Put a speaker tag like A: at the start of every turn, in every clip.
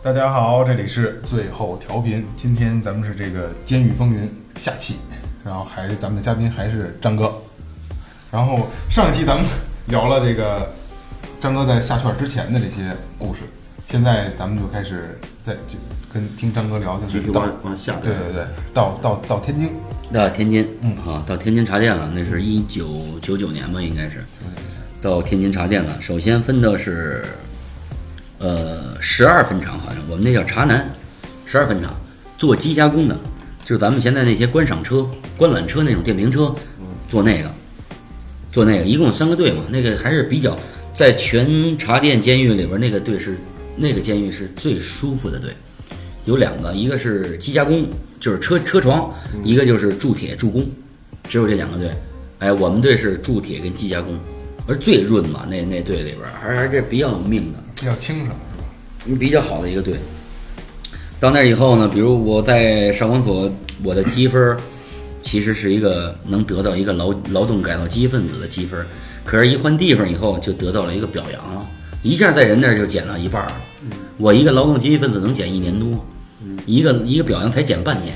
A: 大家好，这里是最后调频，今天咱们是这个《监狱风云》下期，然后还咱们的嘉宾还是张哥，然后上一期咱们聊了这个张哥在下圈之前的这些故事，现在咱们就开始在就跟听张哥聊，就
B: 继
A: 是
B: 续
A: 到
B: 往往下
A: 对
B: 边。
A: 对对，到到到天津，
C: 到天津，啊，到天津茶店了，那是一九九九年吧，应该是，到天津茶店了。首先分的是，呃，十二分厂，好像我们那叫茶南，十二分厂做机加工的，就是咱们现在那些观赏车、观览车那种电瓶车，做那个，做那个，一共三个队嘛，那个还是比较在全茶店监狱里边那个队是那个监狱是最舒服的队。有两个，一个是机加工，就是车车床，一个就是铸铁铸工，只有这两个队。哎，我们队是铸铁跟机加工，而最润嘛，那那队里边儿还还这比较有命的，
A: 比较清爽，是吧？
C: 比较好的一个队。到那儿以后呢，比如我在少管所，我的积分儿其实是一个能得到一个劳劳动改造积极分子的积分儿，可是，一换地方以后就得到了一个表扬了，一下在人那儿就减到一半儿了。我一个劳动积极分子能减一年多，一个一个表扬才减半年，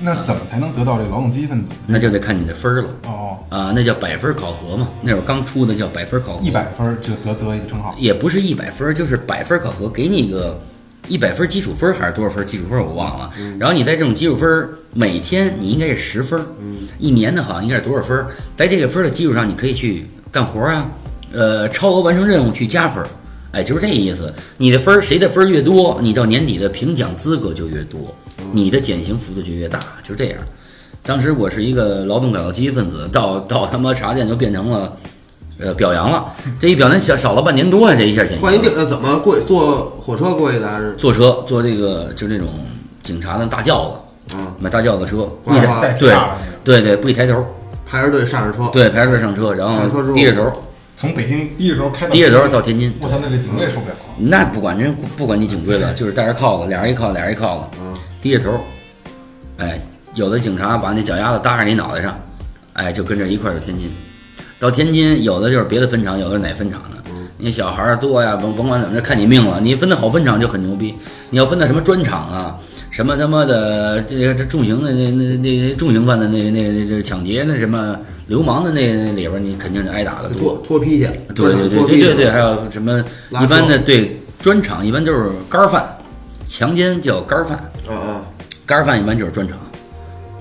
A: 那怎么才能得到这个劳动积极分子？
C: 那就得看你的分儿了
A: 哦，
C: 啊，那叫百分儿考核嘛，那会儿刚出的叫百分儿考核，
A: 一百分儿就得得一个称号，
C: 也不是一百分儿，就是百分儿考核，给你个一百分儿基础分儿还是多少分儿基础分儿我忘了。然后你在这种基础分儿，每天你应该是十分儿，一年的好像应该是多少分儿？在这个分儿的基础上，你可以去干活儿啊，呃，超额完成任务去加分儿，哎，就是这意思。你的分儿谁的分儿越多，你到年底的评奖资格就越多，你的减刑幅度就越大，就是这样。当时我是一个劳动改造积极分子，到到他妈茶店就变成了，呃，表扬了。这一表扬小少了半年多呀、这一下减刑
B: 换一地儿，呃，怎么过去？坐火车过去的还是？
C: 坐车坐这个就是那种警察的大轿子，
B: 啊，
C: 买大轿子车，不
B: 呱
C: 一
B: 呱
C: 抬
A: 带
C: 对
A: 叉的那个
C: 对对，不一抬头，
B: 排着队上着车。
C: 对排着队上车，然
B: 上车之
C: 后
B: 后
C: 低着头，
A: 从北京低着头开到
C: 低着头到天津。
A: 我操，那这警卫受不了。
C: 那不管人不管你颈椎了，就是带着铐子，俩人一铐，俩人一铐子，
B: 嗯
C: 低着头，哎，有的警察把那脚丫子搭在你脑袋上，哎，就跟着一块儿到天津。到天津，有的就是别的分厂，有的是哪分厂的。你小孩儿多呀，甭甭管怎么着，看你命了。你分的好分厂就很牛逼，你要分的什么专厂啊，什么他妈的这个这重刑的那那那那重刑犯的那那那那抢劫那什么流氓的那那里边儿，你肯定就挨打的多
B: 脱。脱皮去，
C: 对对对
B: 脱
C: 对
B: 皮
C: 对对，
B: 去
C: 还有什么
B: 拉
C: 一般
B: 手
C: 的对专场一般都是干儿饭，强奸叫干儿饭，
B: 啊啊，
C: 干儿饭一般就是专场，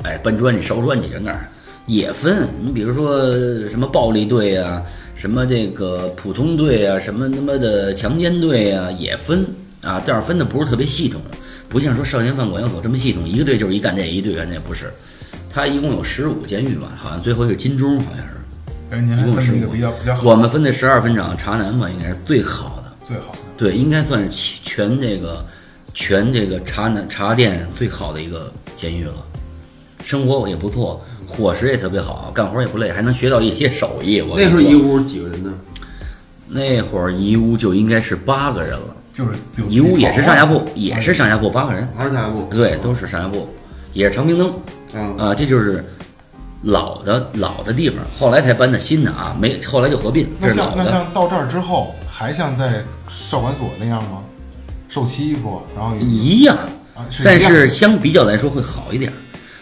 C: 哎，搬砖去烧砖去，人那儿也分。你比如说呃什么暴力队啊，什么这个普通队啊，什么他妈的强奸队啊，也分啊，但是分的不是特别系统，不像说少年犯管教所这么系统，一个队就是一干这，一个队干这，不是。它一共有十五监狱吧，好像最后一个金钟好像是，
A: 哎，您还分了一个比较比较好
C: 我，们分的十二分厂，茶南嘛应该是最好的。
A: 最好的。
C: 对，应该算是其全这个全这个茶南茶店最好的一个监狱了，生活也不错，伙食也特别好，干活也不累，还能学到一些手艺。我跟
B: 那
C: 你
B: 时候
C: 说
B: 一屋几个人呢？
C: 那会儿一屋就应该是八个人了，
A: 就是哦就
C: 一屋也是上下铺，也是上下铺八个人，
B: 还是下铺？
C: 对，都是上下铺，也是长明灯
B: 啊，
C: 啊、这就是。老的老的地方，后来才搬的新的啊，没后来就合并，这
A: 那
C: 是老
A: 像那
C: 的，
A: 像到这儿之后，还像在少管所那样吗？受欺负，然后
C: 一样，
A: 啊，是
C: 嗯但
A: 一样
C: 是相比较来说会好一点儿，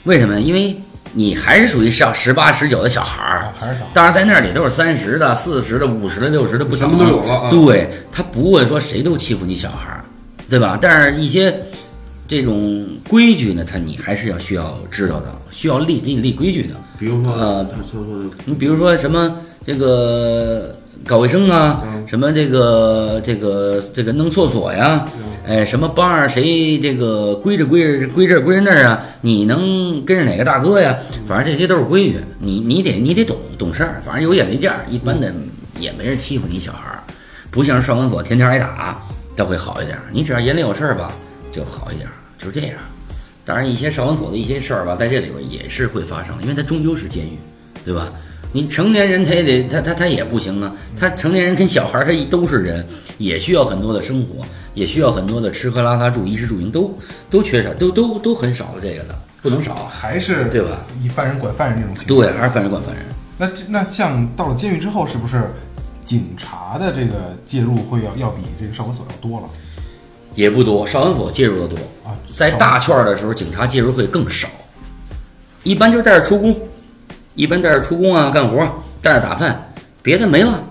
C: 为什么呀？因为你还是属于
B: 嗯
C: 上十八、十九的小孩儿
A: 啊，还是少，
C: 当然在那里都是三十的、四十的、五十的、六十的，不
B: 什
C: 等
B: 么都有了啊
C: 对他不会说谁都欺负你小孩儿，对吧？但是一些这种规矩呢，他你还是要需要知道的，需要立给你立规矩的。
B: 比如说，
C: 呃
B: 他说说
C: 你比如说什么这个搞卫生啊，
B: 嗯
C: 什么这个这个这个弄厕所呀，
B: 啊
C: 哎，什么帮着谁这个归着归着归这儿归着那儿啊，你能跟着哪个大哥呀？反正这些都是规矩，你你得你得懂懂事儿，反正有眼力见儿，一般的也没人欺负你小孩儿，不像少管所天天挨打，倒会好一点儿。你只要眼里有事儿吧，就好一点儿，就是这样。当然，一些少管所的一些事儿吧，在这里边也是会发生，因为它终究是监狱，对吧？你成年人他也得他他他也不行啊，他成年人跟小孩儿他都是人，也需要很多的生活，也需要很多的吃喝拉撒住衣食住行都都缺少，都都都很少的这个的，不能少。
A: 还是
C: 对吧？
A: 以犯人管犯人这种情况。
C: 对，还是犯人管犯人。
A: 那这那像到了监狱之后，是不是警察的这个介入会要要比这个少管所要多了？
C: 也不多，少管所介入的多。
A: 啊，
C: 在大圈儿的时候，警察介入会更少，一般就是带着出工，一般带着出工啊，干活啊，带着打饭，别的没了，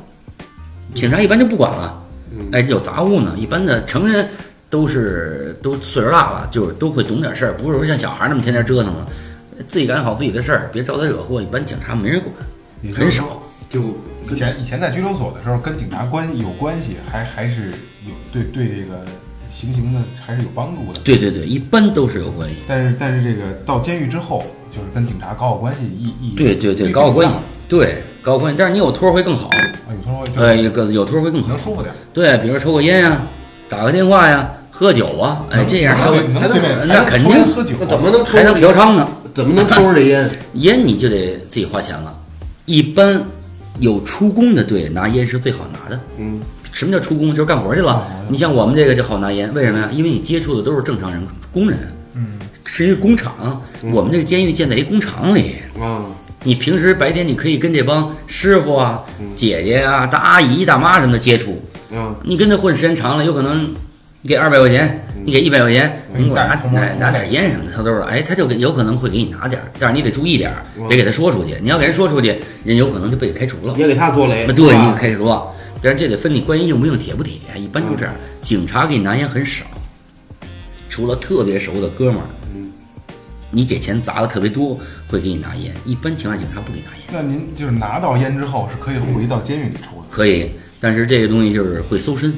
C: 警察一般就不管了。
B: 嗯
C: 哎，有杂物呢，一般的成人都是都岁数大了，就是都会懂点事儿，不是说像小孩儿那么天天折腾了，自己干好自己的事儿，别招灾惹祸。一般警察没人管，
A: 也就是
C: 很少。
B: 就
A: 以前以前在拘留所的时候，跟警察关系有关系，还还是有对对这个行刑的还是有帮助的。
C: 对对对，一般都是有关系。
A: 但是但是这个到监狱之后，就是跟警察搞好关系，意意
C: 对对对，搞好关系，对搞好关系。但是你有托儿会更好，
A: 啊，有时候就
C: 呃，有个有托儿会更好
A: 能。舒服点儿，
C: 对，比如抽个烟呀、打个电话呀、喝酒啊，哎，这样稍微
A: 能能随便，
C: 那
A: 嗯还能
C: 肯
A: 抽
C: 定
A: 烟喝酒，
B: 那怎么能抽
C: 还能嫖娼呢。
B: 怎么能抽着这烟？
C: 烟你就得自己花钱了，一般有出工的队拿烟是最好拿的。
B: 嗯，
C: 什么叫出工？就是干活去了
A: 干活。
C: 你像我们这个就好拿烟，为什么呀？因为你接触的都是正常人，工人
A: 嗯，
C: 是一个工厂。我们这个监狱建在一工厂里，
B: 啊，
C: 你平时白天你可以跟这帮师傅啊、
A: 嗯
C: 姐姐啊、大阿姨、大妈什么的接触，
B: 啊，
C: 你跟他混时间长了，有可能你给二百块钱，你给一百块钱，
A: 嗯
C: 你给我拿
A: 带红包
C: 拿拿点烟什么的，他都是哎，他就给有可能会给你拿点儿，但是你得注意点儿，
A: 嗯
C: 别给他说出去。你要给人说出去，人有可能就被开除了。
B: 也给他做雷。
C: 那
B: 是
C: 啊对，你
B: 吧
C: 给开除了。但是这得分你官音硬不硬，铁不铁，一般就这样。
A: 嗯
C: 警察给你拿烟很少，除了特别熟的哥们儿，
A: 嗯
C: 你给钱砸的特别多，会给你拿烟。一般情况下警察不给拿烟。
A: 那您就是拿到烟之后是可以回到监狱里抽的，
C: 可以，但是这个东西就是会搜身，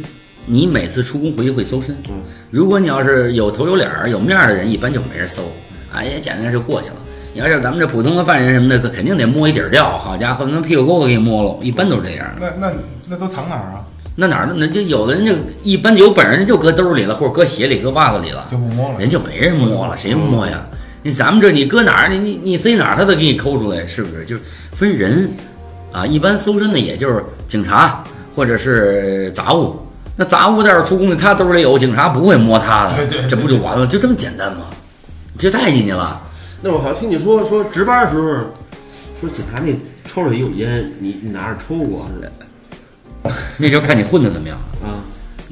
C: 你每次出工回去会搜身
B: 嗯。
C: 如果你要是有头有脸儿、有面儿的人，一般就没人搜，哎呀，简单就过去了。你要是咱们这普通的犯人什么的，可肯定得摸一底儿掉，好家伙，那屁股沟子给摸了，一般都是这样的。
A: 那那那都藏哪儿啊？
C: 那哪儿呢？那这有的人就一般有本事，人就搁兜里了，或者搁鞋里、搁袜子里了，
A: 就不摸了
C: 人就没人摸了，谁摸呀？你咱们这你搁哪儿，你你你塞哪儿，他都给你抠出来，是不是？就是分人啊，一般搜身的也就是警察或者是杂物。那杂物袋儿出工，他兜里有，警察不会摸他
A: 对对
C: 的，
A: 对
C: 这不就完了？就这么简单吗？就带进去了。
B: 那我好像听你说说值班的时候，说警察那抽着也有烟，你你拿着抽过是吧？
C: 那就看你混的怎么样。
B: 啊，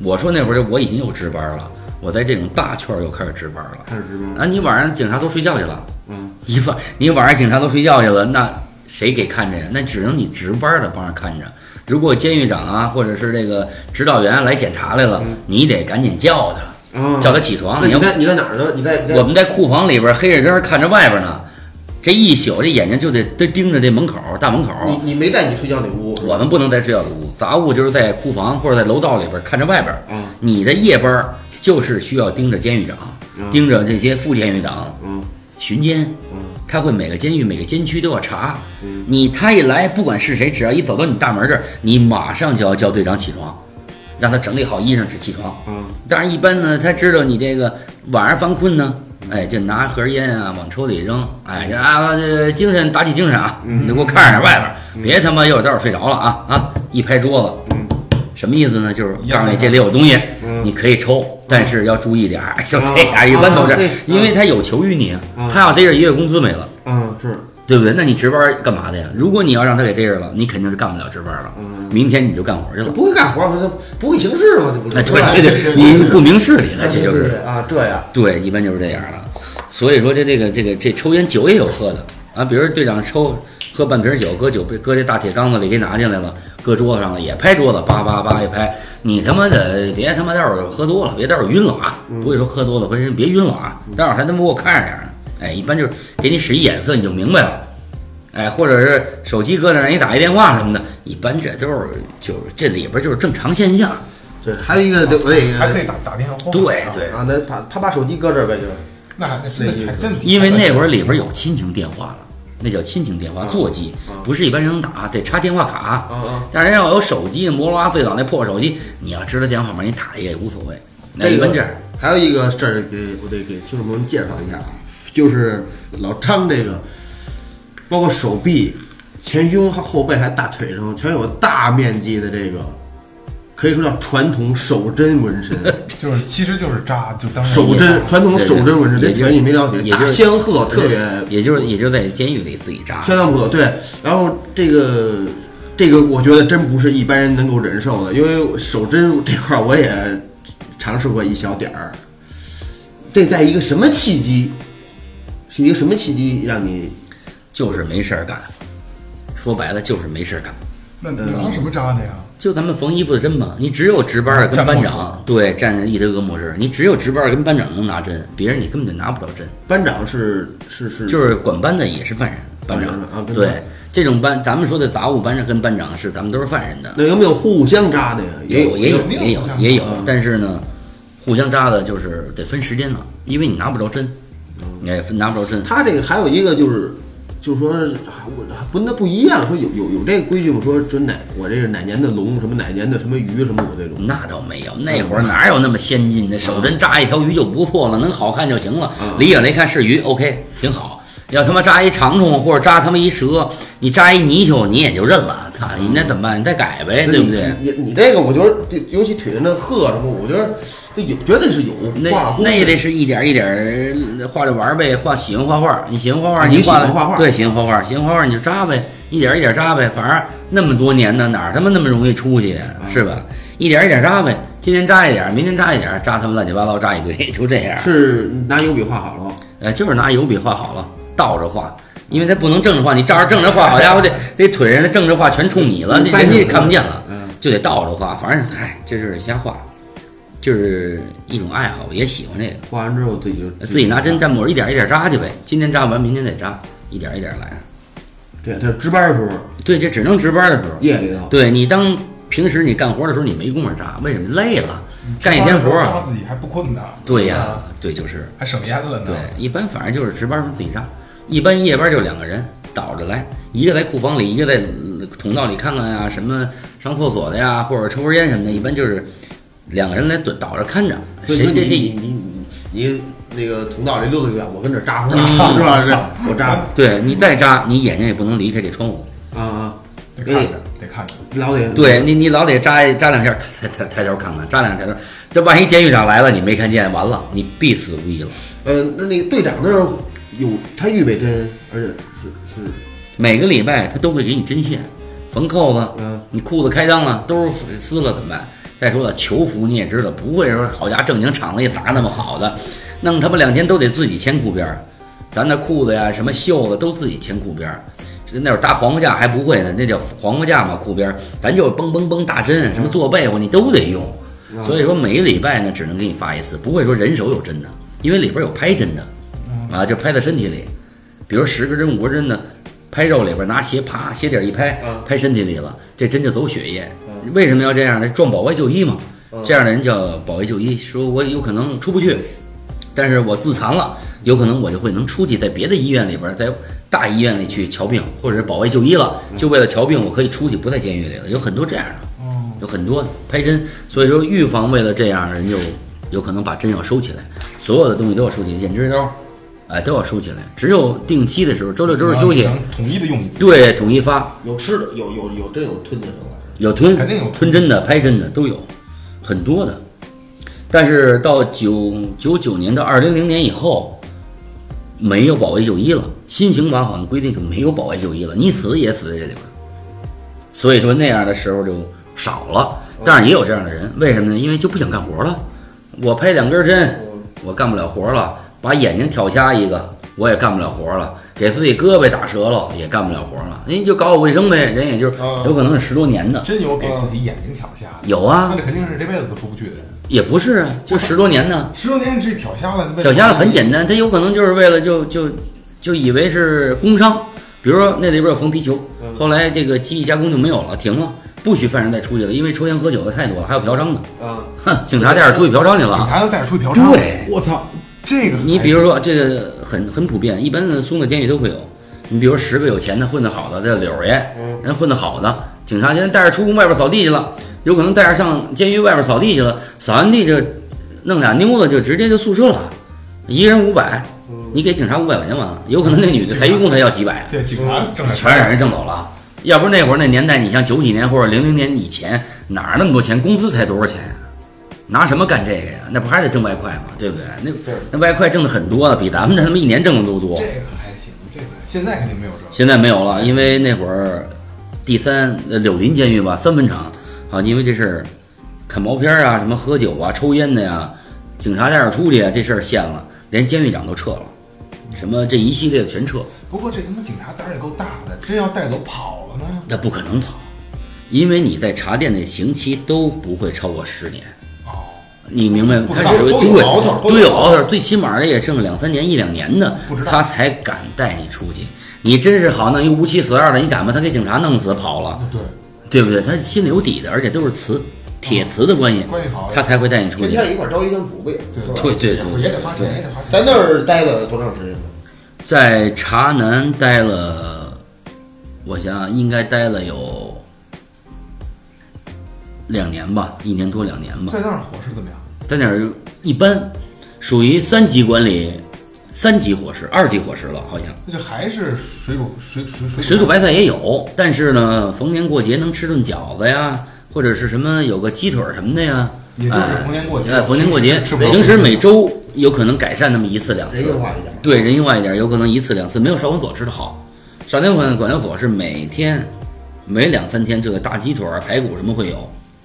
C: 我说那会儿就我已经有值班了，我在这种大圈儿又开始值班了。
B: 开始值班。
C: 啊，你晚上警察都睡觉去了。
B: 嗯，
C: 你晚你晚上警察都睡觉去了，那谁给看着呀？那只能你值班的帮着看着。如果监狱长啊，或者是这个指导员来检查来了，你得赶紧叫他，
B: 啊，
C: 叫他起床。
B: 嗯那
C: 你
B: 你
C: 要
B: 在你在哪儿呢？你在你在
C: 我们在库房里边黑着灯看着外边呢，这一宿这眼睛就得都盯着这门口大门口。
B: 你你没在你睡觉那屋是吧
C: 我们不能在睡觉的屋，杂物就是在库房或者在楼道里边看着外边。
B: 啊，
C: 你的夜班儿就是需要盯着监狱长，
B: 嗯
C: 盯着这些副监狱长，
B: 嗯
C: 巡监，
B: 嗯
C: 他会每个监狱、每个监区都要查
B: 嗯。
C: 你他一来，不管是谁，只要一走到你大门这儿，你马上就要叫队长起床，让他整理好衣裳起床。
B: 啊，
C: 当然，一般呢，他知道你这个晚上犯困呢，哎，就拿盒烟啊往抽里扔，哎，这啊，这精神打起精神啊，
B: 嗯
C: 你给我看着点外边，别他妈一会儿待会儿睡着了啊啊！一拍桌子，
B: 嗯
C: 什么意思呢？就是
A: 一样
C: 告诉你
A: 的
C: 这里有东西，
B: 嗯
C: 你可以抽，但是要注意点儿，就这
B: 啊
C: 样，一般都
B: 啊
C: 是
B: 对，
C: 因为他有求于你啊
B: 啊，
C: 他要逮着一个月工资没了，
B: 啊是
C: 对不对？那你值班干嘛的呀？如果你要让他给逮着了，你肯定是干不了值班了，
B: 嗯，
C: 明天你就干活去了。
B: 不会干活，他不会行事嘛，这不是？
C: 哎， 对
B: 嗯对
C: 对
A: 对对
C: 对，你不明事理了，这就
B: 对
C: 是
B: 对啊这样
C: 对，一般就是这样了。所以说这这个这个这抽烟酒也有喝的啊，比如队长抽喝半瓶酒，搁酒杯搁这大铁缸子里给拿进来了，搁桌子上了，也拍桌子，叭叭叭一拍，你他妈的别他妈待会儿喝多了，别待会儿晕了啊！不会说喝多了，回身别晕了啊，待会儿还他妈给我看着点儿呢。哎，一般就是给你使一眼色，你就明白了。哎，或者是手机搁那儿让你打一电话什么的，一般这都是就是这里边就是正常现象。
B: 对，还有一个得我得
A: 还可以打打电话报警
C: 对
A: 啊
C: 对，
B: 啊，那把他把手机搁这儿呗，就是
A: 那还那是那还真挺
C: 因为那会儿里边有亲情电话了，那叫亲情电话，座机
B: 啊
C: 不是一般人能打，得插电话卡。
B: 啊啊，
C: 但是要有手机，摩托拉最早那破手机，你要知道电话号码，你打一个也无所谓。那一般这样，
B: 还有一个事儿给我得给听众朋友们介绍一下啊，就是老张这个，包括手臂、前胸、后背还大腿上，全有大面积的这个，可以说叫传统手针纹 身，
C: 哎
A: 就是其实就是扎，就当时
B: 手针传统手针纹身，
C: 也
B: 这
C: 就
B: 全你没了解，
C: 也
B: 大
C: 就是
B: 仙鹤特别
C: 也就是也就是在监狱里自己扎。
B: 啊相当不错，对。然后这个这个，我觉得真不是一般人能够忍受的，因为手针这块儿我也尝试过一小点儿。这在一个什么契机？是一个什么契机让你
C: 就是没事儿干。说白了就是没事儿干。
A: 那你拿什么扎的呀？
C: 就咱们缝衣服的针嘛，你只有值班儿跟
A: 站
C: 班
A: 末
C: 长对站着一堆个模式，你只有值班儿跟班长能拿针，别人你根本就拿不了针。
B: 班长是是是
C: 就是管班的也是犯人，班长
B: 班长啊班长
C: 对这种班，咱们说的杂务班长跟班长是咱们都是犯人的，
B: 那有没有互相扎的呀？也有
C: 也有
A: 有
C: 也有
A: 互相
C: 也有
B: 啊，
C: 但是呢，互相扎的就是得分时间了，因为你拿不着针，哎，拿不着针。
B: 嗯他这个还有一个就是，就是说啊我不那不一样，说有有有这规矩吗？说准哪我这是哪年的龙，什么哪年的什么鱼，什么我这种。
C: 那倒没有，那会儿哪有那么先进的？手针扎一条鱼就不错了，能好看就行了。
B: 啊
C: 离远了一看是鱼，OK，挺好。要他妈扎一长虫或者扎他妈一蛇，你扎一泥鳅你也就认了，操，你那怎么办？你再改呗，哎对不对？
B: 你你你这个，我觉得这尤其腿上的鹤什么，我觉得这有绝对是有
C: 那
B: 画工
C: 那
B: 的
C: 也得是一点儿一点儿画着玩儿呗，画喜欢画画，你喜欢画画，
B: 你
C: 画
B: 喜欢画画
C: 对，喜欢画画，喜欢画画你就扎呗，一点儿一点儿扎呗，反正那么多年呢，哪儿他妈那么容易出去
B: 哎
C: 是吧？一点儿一点儿扎呗，今天扎一点儿，明天扎一点儿，扎他妈乱七八糟扎一堆， 就这样。
B: 是拿油笔画好了。
C: 呃，就是拿油笔画好了，倒着画，因为它不能正着画，你照着正着画，好家伙， 这这腿上的正着画全冲你了，
B: 嗯
C: 那
B: 掰
C: 人家
B: 着
C: 也
B: 画
C: 看不见了
B: 嗯，
C: 就得倒着画，反正嗨，这就是瞎画，就是一种爱好，也喜欢这个。
B: 画完之后自己就
C: 自己拿针。蘸抹，一点一点扎去呗。今天扎完，明天再扎，一点一点来。啊
B: 对，他值班的时候
C: 对，这只能值班的时候。
B: 夜里头，
C: 对你当平时你干活的时候，你没工夫扎，为什么？累了，
B: 嗯
C: 干一天活
A: 扎
C: 儿。
A: 自己还不困呢。
C: 对呀、
A: 啊
C: 对，就是
A: 还省烟
B: 嗯
A: 了呢。
C: 对。一般反正就是值班时候自己扎，一般夜班就两个人倒着来，一个在库房里，一个在呃通道里看看呀，什么上厕所的呀，或者抽根烟什么的。一般就是两个人来倒倒着看着，
B: 所以
C: 谁
B: 说
C: 这
B: 你
C: 这
B: 你你你你那个通道里溜达远，我跟这扎呼
C: 嗯
B: 扎 呼是吧？是吧我扎啊
C: 对你再扎，你眼睛也不能离开这窗户。
B: 啊，
A: 得看着，得看着。
B: 老得
C: 对你，你老得扎扎两下，抬抬抬头看看，扎两下抬头。这万一监狱长来了，你没看见，完了，你必死无疑了。
B: 呃，那那个队长那儿有他预备针，而且是是
C: 每个礼拜他都会给你针线，缝扣子，
B: 嗯，
C: 你裤子开裆了，兜儿撕了怎么办？再说了，囚服你也知道，不会说好家伙正经厂子也砸那么好的，弄他妈两天都得自己牵裤边儿，咱那裤子呀什么袖子都自己牵裤边儿。那会儿搭黄瓜架还不会呢，那叫黄瓜架嘛，裤边儿，咱就是嘣嘣嘣打针，什么做被窝你都得用。所以说每个礼拜呢，只能给你发一次，不会说人手有针的，因为里边有拍针的，啊，就拍在身体里。比如十根针、五根针呢，拍肉里边拿鞋啪鞋底儿一拍
B: 嗯，
C: 拍身体里了，这针就走血液。为什么要这样呢？撞保卫就医嘛。这样的人叫保卫就医，说我有可能出不去，但是我自残了，有可能我就会能出去，在别的医院里边，在大医院里去瞧病，或者是保卫就医了，就为了瞧病，我可以出去，不在监狱里了。有很多这样的。
A: 哦，
C: 有很多的拍针，所以说预防为了这样人就有可能把针要收起来，所有的东西都要收起来，剪指甲刀，哎都要收起来，只有定期的时候，周六周日休息
A: 咱，嗯统一的用一次。
C: 对，统一发，
B: 有吃的，有有有真有吞的这玩意儿。
C: 有吞
A: 肯定有
C: 吞针的、拍针的都有，很多的。但是到九九九年到二零零年以后，没有保卫就医了，新刑法好像规定就没有保卫就医了，你死也死在这里边。所以说那样的时候就少了，但是也有这样的人，为什么呢？因为就不想干活了。我拍两根针，我干不了活了，把眼睛挑瞎一个，我也干不了活了，给自己胳膊打折了，也干不了活了。人家就搞搞卫生呗，人也就
A: 嗯
C: 有可能是十多年的，
A: 真有给
C: 嗯
A: 自己眼睛挑瞎的，
C: 有啊
A: 那，这肯定是这辈子都出不去的人。
C: 也不是啊，就十多年呢。
A: 十多年这挑瞎了，
C: 小瞎子很简单，他有可能就是为了就就就以为是工伤，比如说那里边有缝皮球，后来这个机器加工就没有了，停了，不许犯人再出去了，因为抽烟喝酒的太多了，还有嫖娼的，
B: 啊，
C: 哼，警察带着出去嫖娼去了
A: 警
C: 啊。
A: 察都带着出去嫖娼。
C: 对，
A: 我操，这个
C: 你
A: 还
C: 比如
A: 是
C: 说这个很很普遍，一般的松的监狱都会有。你比如十个有钱的混得好的，这柳爷，人混得好的，警察今天带着出宫外边扫地去了，有可能带着上监狱外边扫地去了，扫完地就弄俩妞子就直接就宿舍了，一人五百，
A: 嗯
C: 你给警察五百块钱完了，有可能那女的抬一共才要几百啊，
A: 这警察正
C: 全让人挣走了。要不那会儿那年代，你像九几年或者零零年以前，哪儿那么多钱？工资才多少钱呀、拿什么干这个呀？那不还得挣外快吗？对不对？那那外快挣的很多了，比咱们他妈一年挣的都多
A: 这。个还行，这个现在肯定没有这个。
C: 现在没有了，因为那会儿第三呃柳林监狱吧，三分厂啊，因为这事儿啃毛片儿啊，什么喝酒啊、抽烟的呀，警察带点出去啊，这事儿现了，连监狱长都撤了，什么这一系列的全撤，
A: 不过这他妈警察胆儿也够大的，真要带走跑了呢？
C: 那不可能跑，因为你在茶店的刑期都不会超过十年。
A: 哦，
C: 你明白吗？
A: 不
C: 他
A: 知道
C: 只会
B: 都有
C: 对
B: 熬头
C: 都
B: 都有
C: 有
B: 熬
C: 熬头，最起码的也剩个两三年、一两年的
A: 不知，道
C: 他才敢带你出去。你真是好弄一无期死二的，你敢把他给警察弄死跑了，
A: 啊对，
C: 对不对？他心里有底的，而且都是磁铁磁的关系，
A: 关系好
C: 他才会带你出
B: 跟
C: 去
B: 他。一块儿招一江湖呗，
A: 对
B: 是吧
C: 对对对
A: 也得
C: 对
A: 花
C: 对
A: 钱，也得花钱。
B: 在那儿待了多长时间呢？
C: 在茶南待了，我想想，应该待了有两年吧，一年多两年吧。
A: 在那儿伙食怎么样？
C: 在那儿一般属于三级管理，三级伙食，二级伙食了，好像。
A: 那就还是水煮水水水
C: 水煮白菜也有，但是呢，逢年过节能吃顿饺子呀，或者是什么有个鸡腿儿什么的呀。
A: 也就是逢年过节
C: 哎，逢年过节，
A: 吃不着
C: 平时每周有可能改善那么一次两
B: 人
A: 哎
C: 次
B: 性，化一点儿。
C: 对人性化一点，有可能一次两次，没有少管所吃的好。少管管管教所是每天每两三天就有大鸡腿儿、排骨什么会有，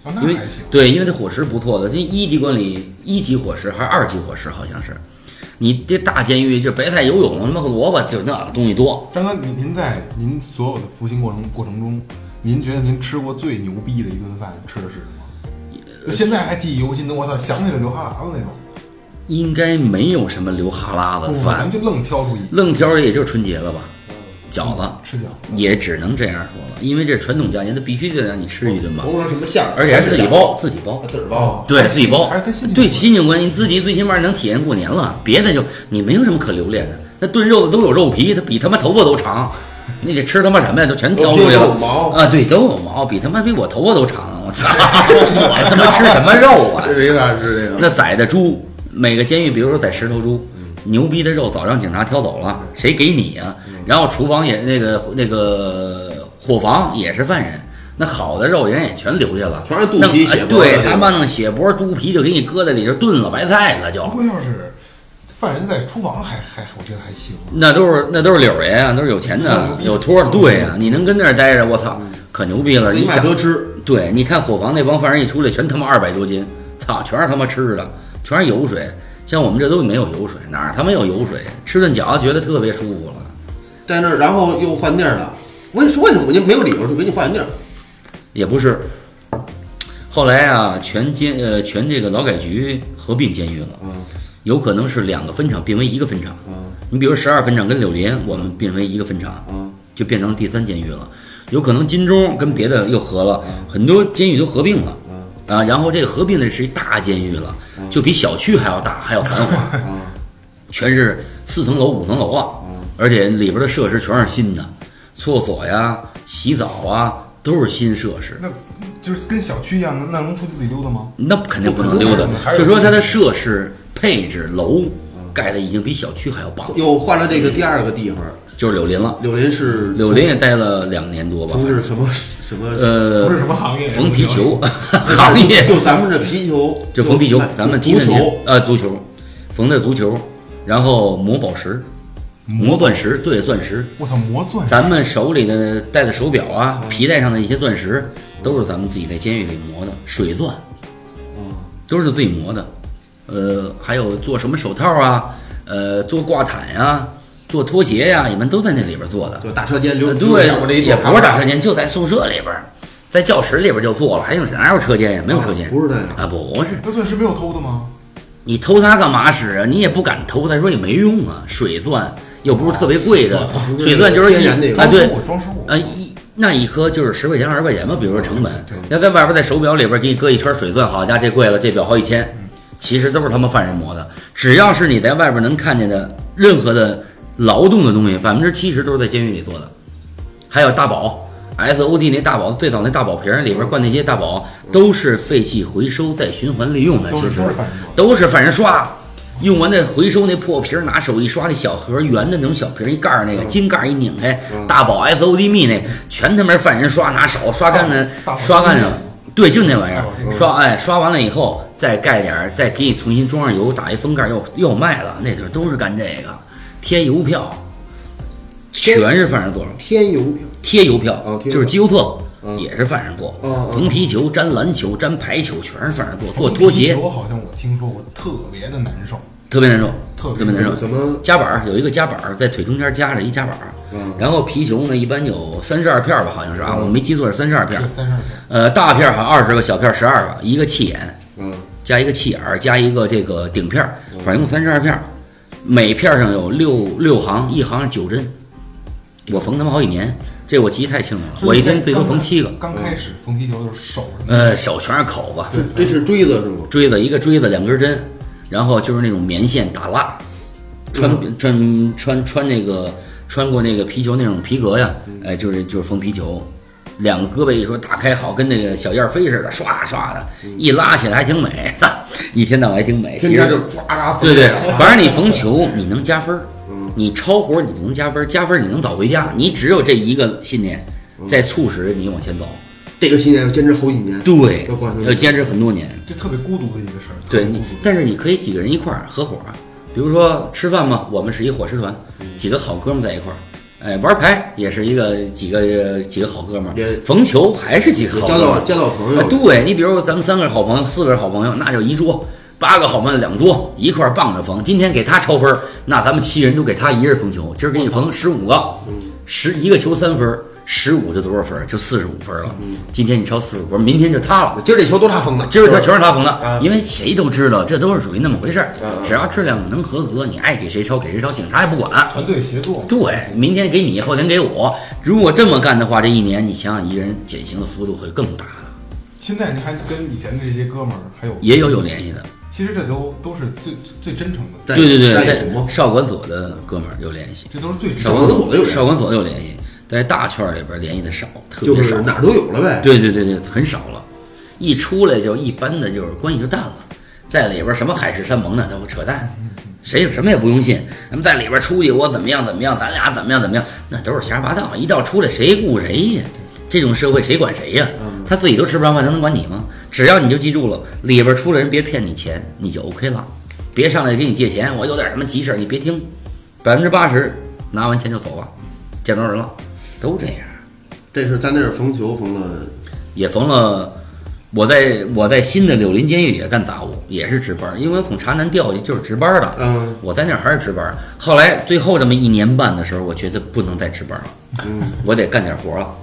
A: 啊，那
C: 因为
A: 还行。
C: 对，因为它伙食不错的，这一级管理一级伙食还是二级伙食好像是，你这大监狱就白菜、游泳、什么萝卜，就那东西多。
A: 张哥，您您在您所有的服刑过程过程中，您觉得您吃过最牛逼的一顿饭吃的是什么？就现在还记忆犹新的，我操，想起来流哈喇子那种。
C: 应该没有什么流哈喇子
A: 不
C: 的
A: 咱们
C: 呃饭，
A: 就愣挑出一
C: 愣挑也就是春节了吧，饺子
A: 吃饺子。
C: 也只能这样说了，因为这传统佳节，它必须得让你吃一顿嘛，
B: 甭说什么馅儿，
C: 而且还自己包，自己包
B: 啊，，自己包。
C: 对自己包
A: 还是跟心，情
C: 对亲情关系，你自己最起码能体验过年了，别的就你没有什么可留恋的，那炖肉的都有肉皮，它比他妈头发都长，你得吃他妈什么呀？都全挑出去
B: 肉
C: 了
B: 有毛
C: 啊，对，都有毛，比他妈比我头发都长，我操，我他妈吃什么肉啊？
B: 这 是有点是这嗯个，
C: 那宰的猪，每个监狱，比如说宰十头猪，牛逼的肉早让警察挑走了，谁给你呀、
B: 嗯
C: 然后厨房也那个那个伙房也是犯人，那好的肉人也全留下了，
B: 全是肚
C: 弄
B: 皮
C: 哎
B: 血脖子
C: 对
B: 这
C: 他
B: 个
C: 妈弄血脖猪皮就给你搁在里头炖了白菜了就
A: 不。过要是犯人在厨房还还我觉得还行。
C: 那都是那都是柳儿爷啊，都是有钱的，有托儿。对呀、你能跟那儿待着，我操，可牛逼了！
B: 那
C: 你
B: 一
C: 想
B: 卖得吃，
C: 对，你看伙房那帮犯人一出来，全他妈二百多斤，操，全是他妈吃的，全是油水。像我们这都没有油水，哪儿他妈有油水？吃顿饺子觉得特别舒服了，
B: 在那儿然后又换地儿了。我跟你说为什么我就没有理由就给你换地儿，
C: 也不是。后来啊，全监呃全这个劳改局合并监狱了，
B: 嗯
C: 有可能是两个分厂并为一个分厂。
B: 嗯
C: 你比如十二分厂跟柳林，我们并为一个分厂，
B: 嗯，
C: 就变成第三监狱了。有可能金钟跟别的又合了，
B: 嗯
C: 很多监狱都合并了。啊，然后这个合并的是一大监狱了，
B: 嗯
C: 就比小区还要大，还要繁 华，全是四层楼、五层楼啊，
B: 嗯
C: 而且里边的设施全是新的，厕所呀、洗澡啊都是新设施。
A: 那就是跟小区一样，那能出去自己溜达吗？
C: 那肯定不能溜达
A: 不可能还。是
C: 就说它的设施配置、楼盖的已经比小区还要棒，
A: 嗯
B: 又换了这个第二个地方。
C: 就是柳林了。
B: 柳林是
C: 柳林也待了两年多吧，
B: 从事什么什么？
C: 呃
A: 从事什么行业
C: 缝皮球
B: 就
C: 行业，
B: 就咱们这皮球，
C: 就缝皮球
A: 哎
B: 就，
C: 咱们踢
B: 足
C: 的你
B: 球，
C: 呃足球，缝的足球，然后磨宝石，磨钻石，对钻石，
A: 我操，磨钻
C: 咱们手里的戴的手表啊，皮带上的一些钻石，都是咱们自己在监狱里磨的水钻，都是自己磨的。呃，还有做什么手套啊，呃，做挂毯呀、做拖鞋呀、你们都在那里边做的。
B: 就大车间溜，
C: 呃对
B: 溜达过这，一
C: 也
B: 座
C: 不是打车间，就在宿舍里边儿，在教室里边儿就做了，还有哪有车间呀？没有车间，
B: 不是那个
C: 啊，不是，
A: 那钻石没有偷的吗？
C: 你偷它干嘛使啊？你也不敢偷它，说也没用啊。水钻又不是特别贵的，水钻就是
B: 啊天然那
C: 一
B: 个
C: 啊，对
A: 装饰物，装饰物
C: 啊一那一颗就是十块钱二十块钱吧，比如说成本。要在外边在手表里边给你搁一圈水钻，好家伙，这贵了，这表好几千。其实都是他们犯人磨的，只要是你在外边能看见的任何的劳动的东西，百分之七十都是在监狱里做的。还有大宝 S O D 那大宝，最早那大宝瓶儿里边灌那些大宝，都是废弃回收再循环利用的，
A: 都
C: 其
A: 是
C: 实
A: 都是反正
C: 都是反正刷，用完再回收那破瓶儿，拿手一刷那小盒儿圆的那种小瓶儿，一盖儿那
A: 嗯
C: 个金盖儿一拧开，大宝 S O D 蜜那全他妈是犯人刷，拿手刷干的
A: 大宝，嗯
C: 刷干的，对，就那玩意儿
A: 大宝这个，
C: 刷哎刷完了以后再盖点儿，再给你重新装上油，打一封盖儿又又卖了，那就是都是干这个，贴邮票，全是犯人做的。
B: 天油票，
C: 贴邮票
B: 哦，贴邮票
C: 就是机邮册，
B: 嗯
C: 也是犯上过
B: 嗯，嗯
C: 缝皮球、粘篮球、粘排球，全是犯上
A: 哦
C: 过，做拖鞋
A: 我好像我听说过，特别的难受。
C: 特别难受，
A: 特
C: 特
A: 别
C: 别难受。
B: 怎么
C: 夹板儿有一个夹板儿在腿中间夹着一夹板儿，
B: 嗯
C: 然后皮球呢一般有三十二片儿吧，好像是啊，我没记错是三十二片儿
A: 这，三十二天，
C: 呃，大片儿好像二十个，小片儿十二个，一个气眼，
B: 嗯
C: 加一个气眼儿，加一个这个顶片儿，反正一共三十二片儿，每片儿上有六六行，一行是九针。我缝他妈好几年，这我记忆太清楚了，我一天最多缝七个，
A: 刚开始缝皮球的时候手什么
C: 呃，手全是口子，
B: 这这是锥子是吗？
C: 锥子一个锥子两根针，然后就是那种棉线打蜡，穿
B: 嗯
C: 穿穿穿那个穿过那个皮球那种皮革呀，
B: 嗯
C: 哎，就是就是缝皮球，两个胳膊一说打开好，跟那个小燕飞似的，唰唰的，一拉起来还挺美，一天到晚还挺美。
B: 嗯天
C: 其
B: 天
C: 实
B: 就呱啦
C: 对 对，
B: 啊
C: 反正你缝球你能加分儿
B: 嗯，
C: 你超活儿你能加分儿，加分儿你能早回家，你只有这一个信念
B: 嗯
C: 在促使你往前走。
B: 这个信念要坚持好几年。
C: 对
B: 要贯彻，
C: 要坚持很多年。
A: 这特别孤独的一个事儿。
C: 对
A: 特别
B: 嗯
C: 你
A: 孤独，
C: 但是你可以几个人一块儿合伙啊，比如说吃饭嘛，我们是一伙食团，
B: 嗯
C: 几个好哥们儿在一块儿。哎，玩牌也是一个几个几个好哥们
B: 也
C: 儿，缝球还是几个好
B: 交
C: 哥们
B: 到
C: 儿。
B: 交到朋
C: 哎
B: 友，
C: 对你，比如咱们三个好朋友，四个好朋友，那就一桌；八个好朋友两桌，一块儿傍着缝。今天给他超分儿，那咱们七人就给他一人缝球。今儿给你缝十五个，
B: 嗯
C: 十一个球三分儿，十五就多少分儿？就四十五分儿了。
B: 嗯
C: 今天你超四十五分儿，明天就他了。
B: 今儿这球都他封的，
C: 今儿他全是他缝
B: 啊
C: 的，因为谁都知道这都是属于那么回事儿
B: 嗯嗯，
C: 只要质量能合格，你爱给谁抄给谁抄，警察也不管。
A: 团队协作，
C: 对，明天给你，后天给我。如果这么干的话，这一年你想想，一人减刑的幅度会更大的，
A: 现在你还跟以前的这些哥们儿还有，
C: 也有有联系的。
A: 其实这都都是最最最真诚的，
B: 对
C: 对对对，
B: 战友
C: 在
B: 吗？
C: 少管所的哥们儿有联系，
A: 这都是最真
C: 少
A: 诚
C: 管
A: 的。
B: 少管所的有联系
C: 少管所的有联系，在大圈儿里边联系的少，特
B: 就
C: 别
B: 是
C: 少。
B: 哪儿都有了呗。
C: 对对对对，很少了，一出来就一般的就是关系就淡了，在里边儿什么海誓山盟的都扯淡，谁也什么也不用信。那么在里边儿出去我怎么样怎么样，咱俩怎么样怎么样，那都是瞎说八道。一到出来谁顾谁呀？这种社会谁管谁呀？他自己都吃不上饭，他能管你吗？只要你就记住了，里边儿出来人别骗你钱，你就 OK 了，别上来给你借钱，我有点什么急事儿你别听，百分之八十拿完钱就走了，见不着人了，都这样。
B: 这是在那儿缝球缝了，
C: 也缝了。我在我在新的柳林监狱也干杂务，也是值班儿，因为我从茶南调去就是值班儿的。
B: 嗯
C: 我在那儿还是值班儿。后来最后这么一年半的时候，我觉得不能再值班儿了，
B: 嗯，
C: 我得干点活儿了。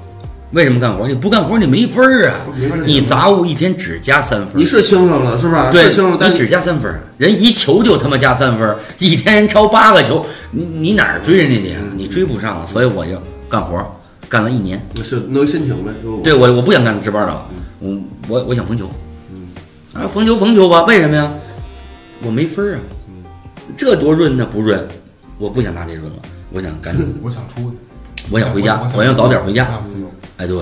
C: 为什么干活儿？你不干活儿你没分儿啊！
B: 没法儿干
C: 你杂务一天只加三分儿，
B: 嗯你是兴奋了是吧？
C: 对
B: 是兴奋，，但
C: 你只加三分儿，人一球就他妈加三分儿，一天人超八个球，你你哪儿追人家去啊？你追不上了，所以我就干活儿，干了一年。
B: 是能申请呗？是吧
C: 对我我不想干值班的，我
A: 嗯
C: 我我想缝球，啊缝球缝球吧，为什么呀？我没分儿啊，
A: 嗯
C: 这多润呢不润，我不想拿这润了，我想赶紧，
A: 我想出去，
C: 我想回家，
A: 我
C: 我想早点回
A: 我
C: 家。
A: 想啊自由
C: 哎对，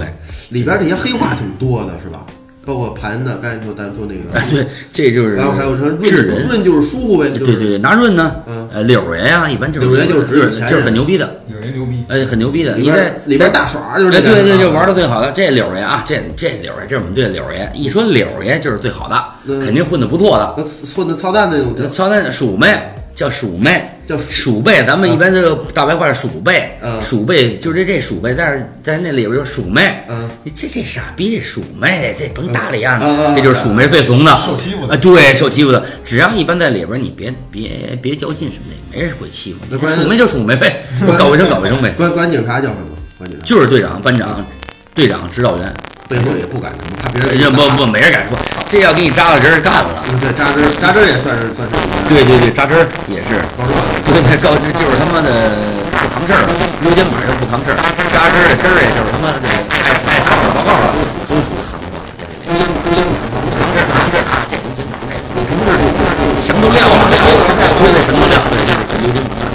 B: 里边儿这些黑话挺多的是吧？包括盘子，刚才说咱说那个，
C: 哎对，这就是
B: 然后还有什么
C: 治
B: 润
C: 人。
B: 润就是舒服呗，
C: 对
B: 就
C: 对
B: 是
C: 对，拿润呢
B: 嗯，
C: 呃柳爷呀，一般就是
B: 柳爷就是指
C: 就
B: 有钱
C: 是
B: 人
C: 就是很牛逼的，
A: 有人牛逼，
C: 哎很牛逼的。
B: 里
C: 你
B: 边
C: 在
B: 儿里边儿大耍就是这
C: 哎，对
B: 感
C: 对，
B: 觉
C: 就
B: 啊
C: 玩的最好的这柳爷啊，这这柳爷，这是我们队的柳爷。一说柳爷就是最好的，
B: 嗯
C: 肯定混的不错的。
B: 那混的操蛋那种叫
C: 操蛋鼠妹叫鼠妹，
B: 叫鼠
C: 鼠辈，咱们一般这个大白话是鼠辈，
B: 嗯
C: 鼠辈就是这鼠辈，但是在那里边有鼠妹，
B: 嗯
C: 你这这傻逼这鼠妹，这甭搭理呀、
B: 嗯嗯嗯
C: 这就是鼠妹最怂的，
A: 受欺负的
C: 啊，对，受欺负的，只要一般在里边，你别别别较劲什么的，没人会欺负
B: 那
C: 你，
B: 关键
C: 鼠妹就鼠妹呗，搞卫生搞卫生呗，
B: 管管警察叫什么？管警察
C: 就是队长、班长、队长、指导员，
B: 背后也不敢什么，怕别人嗯
C: 这不不没人敢说，这要给你扎到针儿干了，
B: 对扎针扎针也算是算是
C: 对对对，扎针儿也是。
B: 高手
C: 对对，高这就是他妈的不扛事儿了，溜肩膀就不扛事儿，扎针儿的针儿也就是他妈的爱爱打小报告了，都属于扛过来的。扛事儿扛事儿啊，这溜肩膀哎，什么都撂了，说的什么都撂，对，就是这溜肩膀。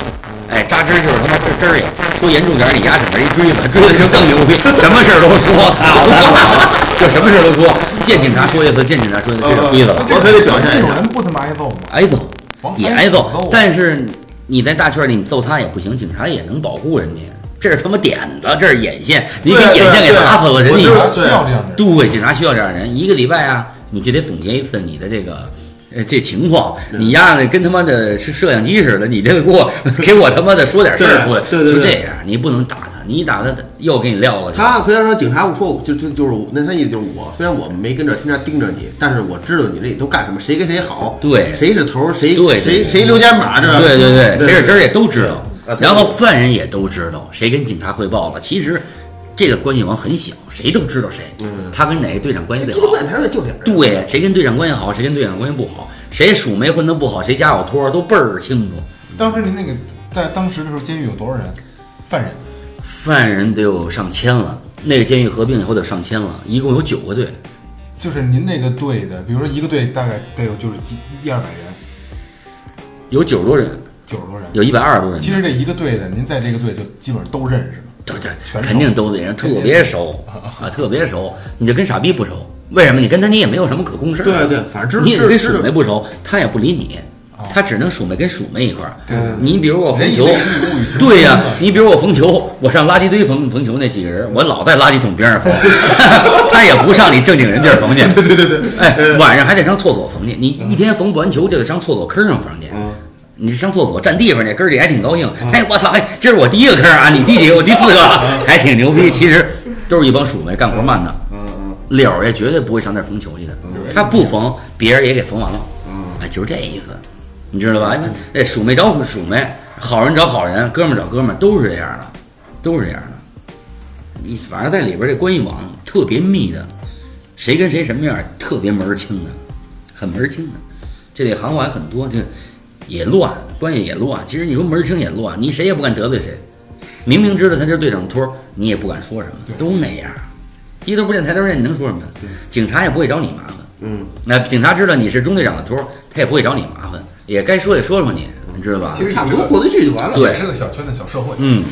C: 哎，扎针儿就是他妈这针儿也说严重点儿，你压整个一锥子，锥子就更牛逼，什么事儿都说，操，就什么事儿都说，见警察说一次，见警察说一哦次，这叫锥子了。
A: 这
B: 我可以表现
A: 这
B: 一下
A: 种人不他妈挨揍吗？
C: 挨揍
A: 王，
C: 也
A: 牌
C: 挨
A: 打
C: 揍
B: 啊
A: 斗，
C: 但是你在大圈里你揍他也不行，警察也能保护人家。这是他妈点子，这是眼线，你给
B: 对
C: 眼线
B: 对
C: 给
B: 对
C: 打死了，人
B: 我
C: 家
A: 警
B: 知道
A: 察需要这样的人，
C: 对，警察需要这样的人，一个礼拜啊，你就得总结一次你的这个。呃，这情况，你丫的跟他妈的是摄像机似的，你这给我给我他妈的说点事儿出来，
B: 对对对
C: 就这
B: 对
C: 样，你不能打他，你一打他，他又给你撂了去。
B: 他虽然说警察不说，就就就是我那他意思就是我，虽然我没跟着天天盯着你，但是我知道你这里都干什么，谁跟谁好，
C: 对
B: 谁是头儿，谁
C: 对对
B: 谁
C: 对
B: 谁溜肩马，这
C: 对对
B: 对
C: 谁是真儿也都知道
B: 对啊，对
C: 然后犯人也都知道谁跟警察汇报了。其实这个关系网很小，谁都知道谁，
B: 嗯
C: 他跟哪个队长关系最
B: 噼里
C: 好
B: 啪。啦台上就点儿，
C: 对呀，谁跟队长关系好，谁跟队长关系不好，谁数没混得不好，谁家有托儿都倍儿清楚。
A: 当时您那个在当时的时候，监狱有多少人？犯人？
C: 犯人得有上千了，那个监狱合并以后得有上千了，一共有九个队。
A: 就是您那个队的，比如说一个队大概得有就是几一二百人，
C: 有九十多人，
A: 九十多人。
C: 有一百二十多人呢。
A: 其实这一个队的，您在这个队就基本上都认识了。
C: 对对，
A: 全熟
C: 肯定都得人特别熟啊，特别熟，你就跟傻逼不熟。为什么？你跟他你也没有什么可共事儿啊、
B: 对对反正知
C: 你也跟
B: 知哦知
C: 鼠妹不熟，他也不理你，他只能鼠妹跟鼠妹一块儿。
A: 对对对
C: 你比如我缝
A: 人以
C: 球
A: 为物以，群
C: 对呀、
A: 分嘛
C: 你比如我缝球，我上垃圾堆缝缝球那几个人，我老在垃圾桶边上 缝，他也不上你正经人地儿缝去。 对对对对，哎，晚上还得上厕所缝去，你一天缝不完球就得上厕所坑上缝去。你上厕所占地方去，哥儿姐还挺高兴。哎，我操，哎，这是我第一个坑啊，你第几个？我第四个， 还挺牛逼。其实都是一帮鼠妹，干活慢的。嗯嗯，柳儿也绝对不会上那儿缝球去的，他不缝，别人也给缝完了。嗯，哎，就是这意思，你知道吧？哎，鼠妹找鼠妹，好人找好人，哥们儿找哥们儿，都是这样的，都是这样的。你反正在里边儿这关系网特别密的，谁跟谁什么样儿，特别门儿清的，很门儿清的。这里行话很多，这也乱，关系也乱。其实你说门儿清也乱，你谁也不敢得罪谁。明明知道他是队长托儿，你也不敢说什么，都那样。低头不见抬头见，你能说什么？警察也不会找你麻烦。
B: 嗯，
C: 那警察知道你是中队长的托儿，他也不会找你麻烦，也该说也说说你，你知道吧？
A: 其实
B: 差不多过得去就完了。
C: 对
A: 也是个小圈子、小社会。
C: 嗯，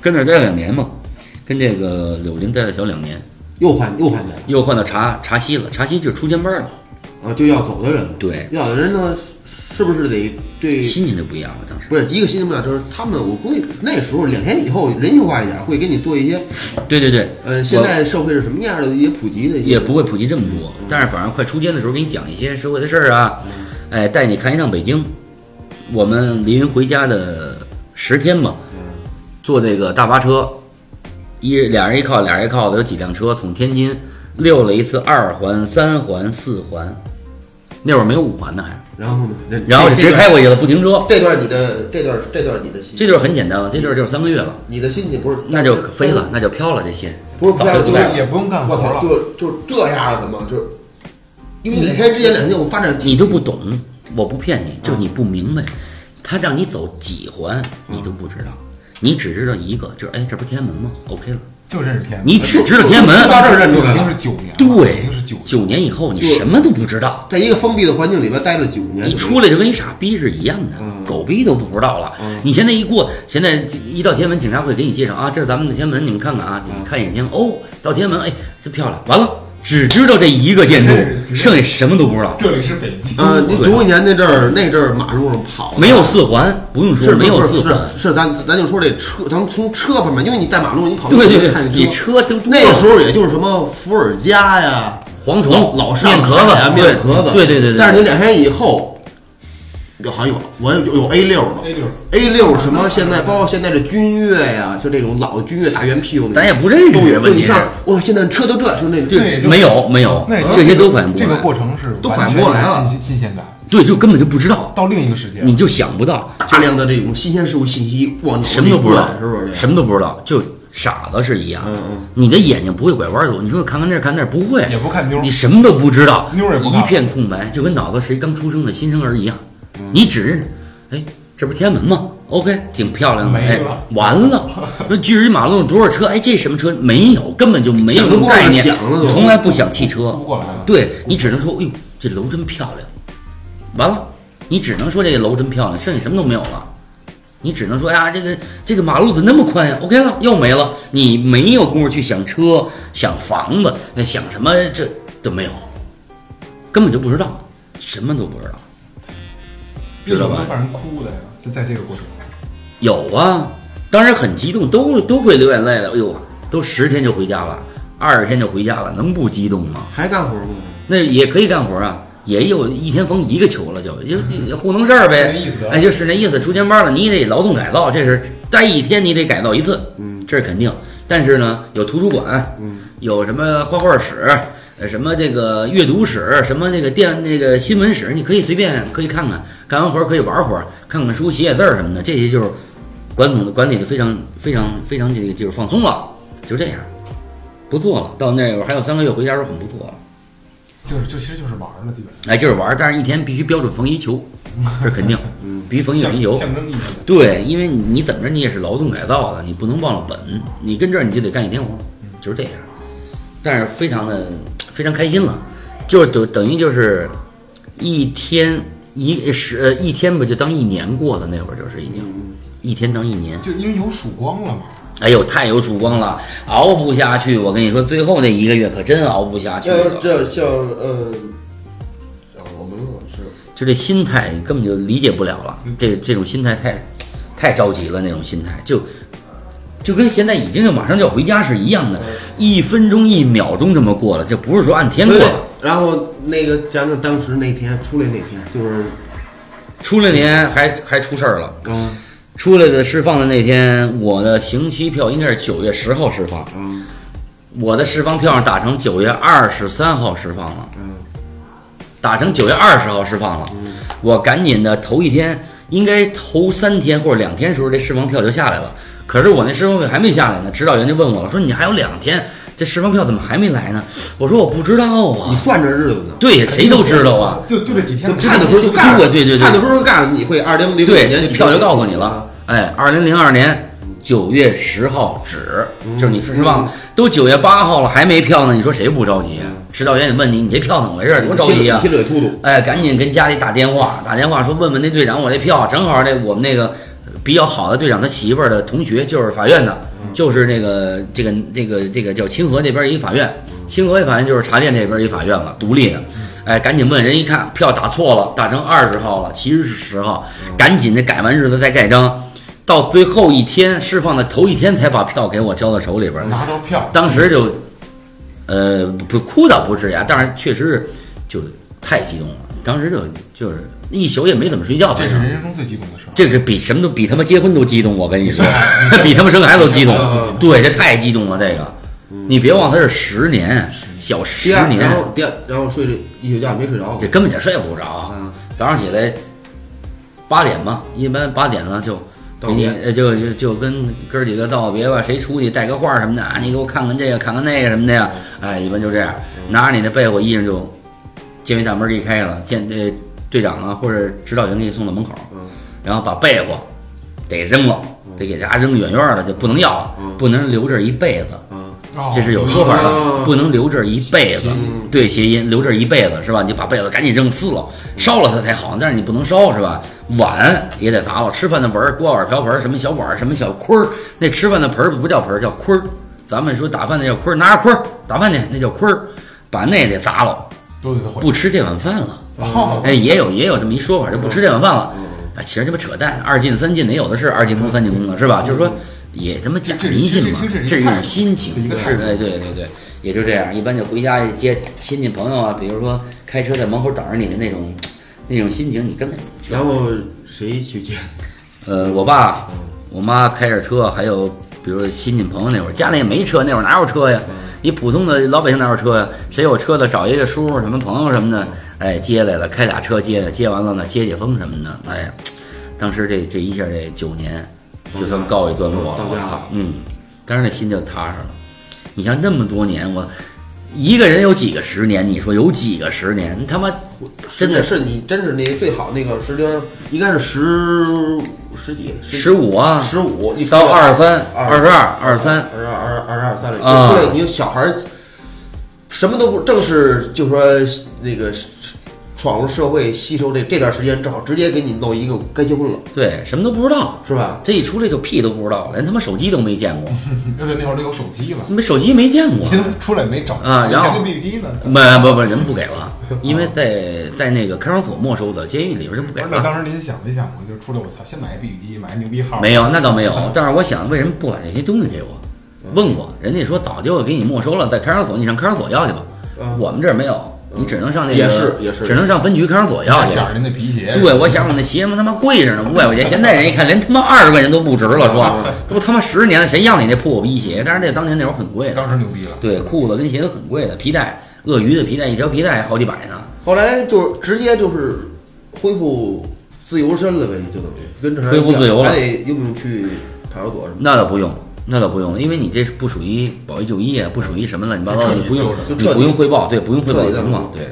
C: 跟那儿待了两年嘛，跟这个柳林待了小两年，
B: 又换又换人
C: 又换到茶茶西了，茶西就是出监班了，
B: 啊，就要走的人了，
C: 对，
B: 要的人呢，是是不是得对？
C: 心情就不一样了。当时
B: 不是一个心情不了，就是他们，我估计那时候两天以后人性化一点，会给你做一些，
C: 对对对，
B: 呃，现
C: 我
B: 在嗯社会是什么样的一些普及的一些，
C: 也不会普及这么多，但是反正快出监的时候，给你讲一些社会的事儿啊，
B: 嗯
C: 哎，带你看一趟北京。我们临回家的十天吧，
B: 嗯
C: 坐这个大巴车，一俩人一靠，俩人一靠的，有几辆车从天津溜了一次二环、三环、四环，那会儿没有五环呢还，
B: 然后呢，这
C: 然后就
B: 这
C: 直接
B: 段
C: 开过去了，不停车。
B: 这段你的这段这段你的心，
C: 这就是很简单了，这就是就是三个月了，
B: 你的心情不是
C: 那就飞了，，那就飘了这心。
B: 嗯不是不
C: 早
B: 要
C: 就
B: 就
C: 对
B: 是
A: 也不用干活
B: 我操，
A: 了，
B: 就就这样了怎么就？因为两天之前两天我发展
C: 你都不懂，我不骗
B: 嗯
C: 你，就是你不明白，他让你走几环，
B: 嗯
C: 你都不知道，你只知道一个，就是哎，这不是天安门吗？OK 了，
A: 就认识天安门。
C: 你只知道天安
B: 就
C: 门，
B: 到这儿认出来
A: 已经
B: 了，
A: 是九年了，
C: 对
A: 已经是九，年。
C: 九年以后你
B: 就
C: 什么都不知道，
B: 在一个封闭的环境里边待了九年，
C: 你出来就跟一傻逼是一样的，
B: 嗯
C: 狗逼都不知道了。你现在一过，现在一到天安门，警察会给你介绍啊，这是咱们的天安门，你们看看啊，
B: 嗯
C: 你看一眼天安门，哦，到天安门，哎，这漂亮，完了。只知道这一个建筑，
A: 对
C: 剩下什么都不知道。
A: 这里是北京。
B: 呃，你九五年那阵儿那阵儿马路上跑的
C: 嗯啊没有四环，不用说，
B: 是
C: 没有
B: 是
C: 四环。
B: 是是，咱咱就说这车，咱们从车方面，因为你在马路你跑
C: 对对
B: 你
C: 对，
B: 看
C: 你
B: 见
C: 车都多
B: 那
C: 了
B: 时候也就是什么伏尔加呀、
C: 蝗
B: 老
C: 虫、
B: 老上
C: 面壳子
B: 海啊、面壳子，
C: 对对对对。
B: 但是你两天以后，有好像有我有有 A 六了
A: A 六
B: A 六什么现在包括现在这君越呀，就这种老的君越大圆屁股那种，
C: 咱也不认识
B: 都有
C: 问
B: 问
C: 题
B: 题。
C: 是
B: 上哇，现在车都这，就那种
A: 对就是
C: 没有没有
A: 那也，就是
C: 这些都反应不
A: 这个
C: 来
A: 过程是
B: 都反应不过来了
A: 完全新新鲜感
C: 对，就根本就不知道，
A: 到另一个世界了。
C: 你就想不到，
B: 大量的这种新鲜事物信息，哇，你
C: 什么都不知道，
B: 是不是这样？
C: 什么都不知道，就傻子是一样
B: 嗯嗯。
C: 你的眼睛不会拐弯走，你说看看这儿看那儿不会，
A: 也不看妞儿
C: 你什么都不知道，
A: 妞儿也不看
C: 一片空白，就跟脑子是一刚出生的新生儿一样。
B: 嗯
C: 你只认识，哎，这不是天安门吗？OK，挺漂亮的，
A: 没
C: 哎
A: 了，
C: 完 了，那距离马路有多少车？哎，这什么车？没有，根本就没有
B: 想都不
C: 概
B: 往那
C: 念，
B: 想了都
C: 从来不想汽车
A: 顾不。过来了，
C: 对你只能说，哎呦，这楼真漂亮。完了，你只能说这个楼真漂亮，剩下什么都没有了。你只能说哎呀，这个这个马路怎么那么宽呀？OK 了，又没了。你没有功夫去想车、想房子、那想什么这都没有，根本就不知道，什么都不知道。知道吧
A: 有没有让人哭的呀？就在这个过程，
C: 有啊，当时很激动，都都会流眼泪的。哎呦，都十天就回家了，二十天就回家了，能不激动吗？
B: 还干活吗？
C: 那也可以干活啊。也有一天缝一个球了就，就就糊弄事儿呗
A: 那意思，啊
C: 哎，就是那意思，出尖班了，你得劳动改造，这是待一天你得改造一次，嗯，这是肯定。但是呢，有图书馆，嗯，有什么画画室，呃，什么这个阅读室，什么那个电那个新闻室，你可以随便可以看看，干完活儿可以玩会儿，看看书、写写字儿什么的，这些就是管统管理的非常非常非常这个就是放松了，就这样，不做了。到那会儿还有三个月回家的时候很不错了。
A: 就是就其实就是玩儿了，基本
C: 哎，就是玩儿，但是一天必须标准缝一球，这肯定，必须缝一
A: 上
C: 两球。
A: 象象征意义的。
C: 对，因为你你怎么着你也是劳动改造的，你不能忘了本，你跟这儿你就得干一天活，就是这样。但是非常的非常开心了，就等等于就是一天一十呃一天吧，就当一年过了，那会儿就是已经一天当一年。
A: 就因为有曙光了嘛，
C: 哎呦，太有曙光了，熬不下去。我跟你说，最后那一个月可真熬不下去
B: 要
C: 了。
B: 这像呃，啊我们老师
C: 就这心态，你根本就理解不了了。这这种心态太，太着急了，那种心态就，就跟现在已经马上就要回家是一样的，一分钟一秒钟这么过了，就不是说按天过
B: 对
C: 了。，
B: 然后那个讲讲当时那天出来那天，就是
C: 出来年还还出事儿了，
B: 嗯
C: 出来的释放的那天，我的刑期票应该是九月十号释放，
B: 嗯
C: 我的释放票上打成九月二十三号释放了，
B: 嗯
C: 打成九月二十号释放了，我赶紧的头一天，应该头三天或者两天时候，这释放票就下来了。可是我那释放票还没下来呢，指导员就问我了，说你还有两天，这释放票怎么还没来呢？我说我不知道
B: 你
C: 啊。
B: 算这日子呢？
C: 对，谁都知道啊。
A: 就就这几天嘛，
B: 看的时候就告诉
C: 对
B: 你，
C: 对对对
B: 看的时候就告诉你你会二零零五
C: 对，
B: 年
C: 这
B: 几
C: 票就
B: 月
C: 告诉你了。哎，二零零二年九月十号止，就是你失望，都九月八号了还没票呢，你说谁不着急啊？指导员也问你，你这票怎么回事？多着急啊！
B: 你心里有突突。
C: 哎，赶紧跟家里打电话，打电话说问问那队长我这票，正好这我们那个比较好的队长他媳妇儿的同学就是法院的，就是那个这个这个这个叫清河那边一法院，清河一法院就是茶店那边一法院了，独立的。哎，赶紧问人一看票打错了，打成二十号了，其实是十号，赶紧的改完日子再盖章，到最后一天释放的头一天才把票给我交到手里边儿，
A: 拿到票，
C: 当时就，呃，不哭倒不至于啊，但是确实是就太激动了，当时就就是一宿也没怎么睡觉，
A: 这
C: 反
A: 是
C: 正
A: 人生中最激动的时候。
C: 这个比什么都比他妈结婚都激动，我跟你说，比他妈生孩子都激动，对，这太激动了，这个，你别忘他是十年，小十
B: 第二，
C: 年
B: 然，后第二，然后睡了一宿觉没睡着啊
C: 这，根本就睡不
B: 嗯
C: 着，早上起来八点吧，一般八点了就。
B: 道
C: 给你
B: 别
C: 呃就就就跟哥儿几个道别吧，谁出去带个画什么的啊？你给我看看这个，看看那个什么的呀？哎，一般就这样，
B: 嗯
C: 拿着你的被窝衣裳就，监狱大门儿一开了，监呃队长啊或者指导员给你送到门口，
B: 嗯
C: 然后把被窝得扔了，得给家扔远远的，就不能要了，
B: 嗯
C: 不能留这儿一辈子。
B: 嗯，
A: 哦
C: 这是有说法的，
B: 哦
C: 不能留这儿一辈子
A: 谐音。
B: 嗯
C: 对，谐音留这儿一辈子是吧？你把被子赶紧扔撕了，烧了它才好，但是你不能烧是吧？碗也得砸了，吃饭的盆儿、锅碗瓢盆儿、什么小碗儿、什么小盔儿，那吃饭的盆儿不叫盆儿，叫盔儿。咱们说打饭的叫盔儿，拿着盔儿打饭去，那叫盔儿，把那得砸了，
A: 都得换。
C: 不吃这碗饭了。
A: 哦，
C: 哎，也有也有这么一说法，就不吃这碗饭了。哎，其实他妈扯淡，二进三进的有的是二进宫三进宫的，是吧？就是说也他妈假
A: 这
C: 迷信
A: 这
C: 嘛
A: 这这，
C: 这是一
A: 一
C: 种
A: 派
C: 心情
A: 这一，个
C: 是
A: 派
C: 哎，对对对，也就这样。一般就回家接亲戚朋友啊，比如说开车在门口等着你的那种那种心情，你根本
B: 然后谁去 啊接？
C: 呃，我爸、我妈开着车，还有比如说亲戚朋友那会儿，家里也没车，那会儿哪有车呀？
B: 啊
C: 一普通的老百姓哪有车呀？谁有车的找一个叔什么朋友什么的，哎，接来了，开俩车接的，接完了呢，接解风什么的，哎呀，当时这这一下这九年就算告一段落了，
B: 哦到
C: 我
B: 家
C: 操
B: 了，
C: 嗯，当时那心就踏实了。你像那么多年，我一个人有几个十年？你说有几个十年？他妈真的
B: 是你，真是那个最好那个时间，应该是十十几、
C: 十五啊，
B: 十五一出
C: 到
B: 来
C: 二十三、
B: 二
C: 二十二、二十三，
B: 二二二二三了，
C: 啊
B: 就出来你小孩儿什么都不，正是就说那个闯入社会吸收这这段时间，正好直接给你弄一个该结婚了，
C: 对，什么都不知道。
B: 是吧？
C: 这一出来就屁都不知道，连他妈手机都没见过，
A: 而且那会儿都有手机了，
C: 你们手机没见过
A: 你都出来没找
C: 啊然后
A: 以前跟 BB 机呢？
C: 没不不，人不给了，因为在在那个看守所没收的，监狱里边就不
A: 不
C: 给
A: 是，那
C: 了。
A: 当时您想没想过，就是出来我操，先买个 BB 机，买个牛逼号，
C: 没有，那倒没有。但是我想，为什么不把这些东西给我？
A: 嗯
C: 问过，人家说早就给你没收了，在看守所，你上看守所要去吧。我们这儿没有，你只能上那个，
B: 也是也是
C: 只能上分局看守所要去。
A: 想着那皮鞋，
C: 对，我想我那鞋嘛，他妈贵着呢，五百块钱。现在人一看，连他妈二十块钱都不值了，说
B: 嗯
C: 这不他妈十年了，谁要你那破逼鞋？但是那当年那会儿很贵的，
A: 当时牛逼了。
C: 对，裤子跟鞋都很贵的，皮带，鳄鱼的皮带一条皮带好几百呢，
B: 后来就直接就是恢复自由身了呗，就等于跟正常人
C: 恢复自由了
B: 还得用不用去派出所什么的？
C: 那倒不用。那倒不用，因为你这是不属于保卫就医啊，不属于什么乱七八糟
A: 就
C: 的，
A: 彻
C: 你
A: 底
C: 不用
A: 就
C: 你
B: 彻底
C: 不用汇报，对，不用汇报
B: 彻底
C: 情况，
B: 就
C: 对。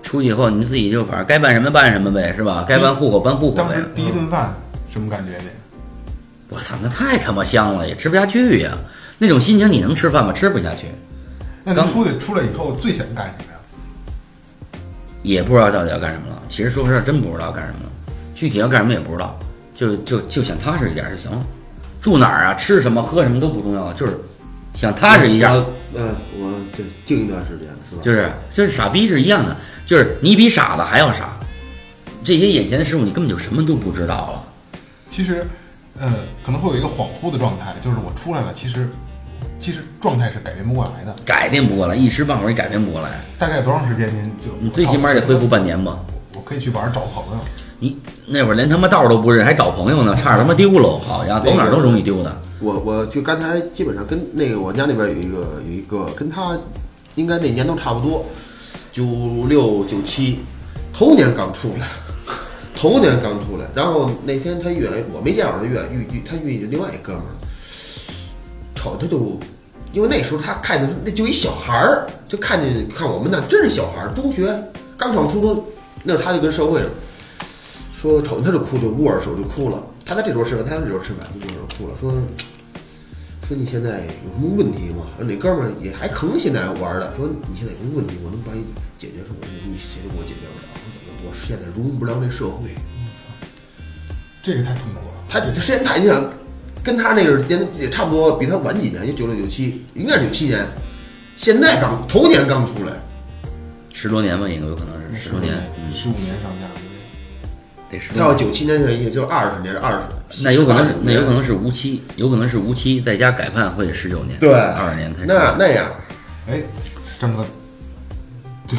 C: 出去以后你自己就反正该办什么办什么呗，是吧？该办户口办户口
A: 当
C: 呗
A: 时。第一顿饭什么感觉呢？
C: 我操，那太他妈香了，也吃不下去呀、那种心情你能吃饭吗？吃不下去，
A: 那
C: 刚
A: 您出去出来以后最想干什么呀？
C: 也不知道到底要干什么了。其实说实话，真不知道干什么了，具体要干什么也不知道，就就就想踏实一点就行了。住哪儿啊，吃什么喝什么都不重要，就是想踏实一下。
B: 我。嗯，我对静一段时间是吧？
C: 就是就是傻逼是一样的，就是你比傻子还要傻。这些眼前的事物你根本就什么都不知道了。
A: 其实，呃，可能会有一个恍惚的状态，就是我出来了，其实其实状态是改变不过来的。
C: 改变不过来，一时半会儿也改变不过来。
A: 大概多长时间您就
C: 你最起码得恢复半年吧。
A: 我可以去网上找朋友。
C: 你那会儿连他妈道儿都不认，还找朋友呢，差点他妈丢了。好家伙，走哪儿都容易丢的。
B: 我我就刚才基本上跟那个我家那边有一个有一个跟他应该那年头差不多，九六九七，头年刚出来，头年刚出来。然后那天他遇我没见着他遇遇遇他遇另外一哥们儿，瞅他就，因为那时候他看见那就一小孩儿，就看见看我们那真是小孩儿，中学刚上初中，那时候他就跟社会上说瞅见他就哭，就握着手就哭了。他在这桌吃饭，他在这桌吃饭，就握着手哭了，说说你现在有什么问题吗？那哥们儿也还坑，现在玩的，说你现在有什么问题，我能帮你解决什么？你谁都给我解决不了，我现在融入不了这社会。
A: 这个太痛苦了。
B: 他时间太，你想，跟他那个年龄也差不多，比他晚几年，就九六九七，应该是九七年，现在刚头年刚出来，
C: 十多年吧，也有可能是十多年，嗯，
A: 十五年上下，
C: 得十
B: 他要
C: 多年。
B: 九七年也就二十年，二十，
C: 那有可能
B: 18，
C: 那有可
B: 年
C: 能是无期，有可能是无期，再加改判会十九年，
B: 对
C: 二十年才出
B: 那那样，
A: 哎，张哥，对，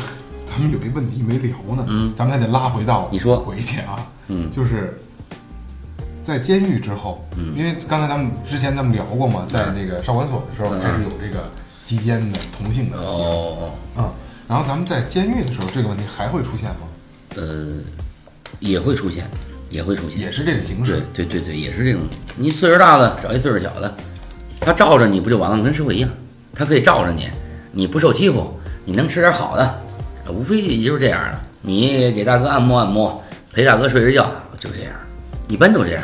A: 咱们有一问题没聊呢，
C: 嗯
A: 咱们还得拉回到
C: 你说
A: 回去啊，
C: 嗯
A: 就是在监狱之后，嗯，因为刚才咱们之前咱们聊过嘛，在那个少管所的时候
C: 嗯
A: 还是有这个基监的同性的问题，
C: 哦，
A: 嗯，然后咱们在监狱的时候这个问题还会出现吗？
C: 呃，也会出现，也会出现，
A: 也是这个形
C: 对
A: 式，
C: 对对对，也是这种。你岁数大的找一岁数小的，他罩着你不就完了？跟社会一样，他可以罩着你，你不受欺负，你能吃点好的，呃无非也就是这样的。你给大哥按摩按摩，陪大哥睡睡觉，就这样，一般都这样。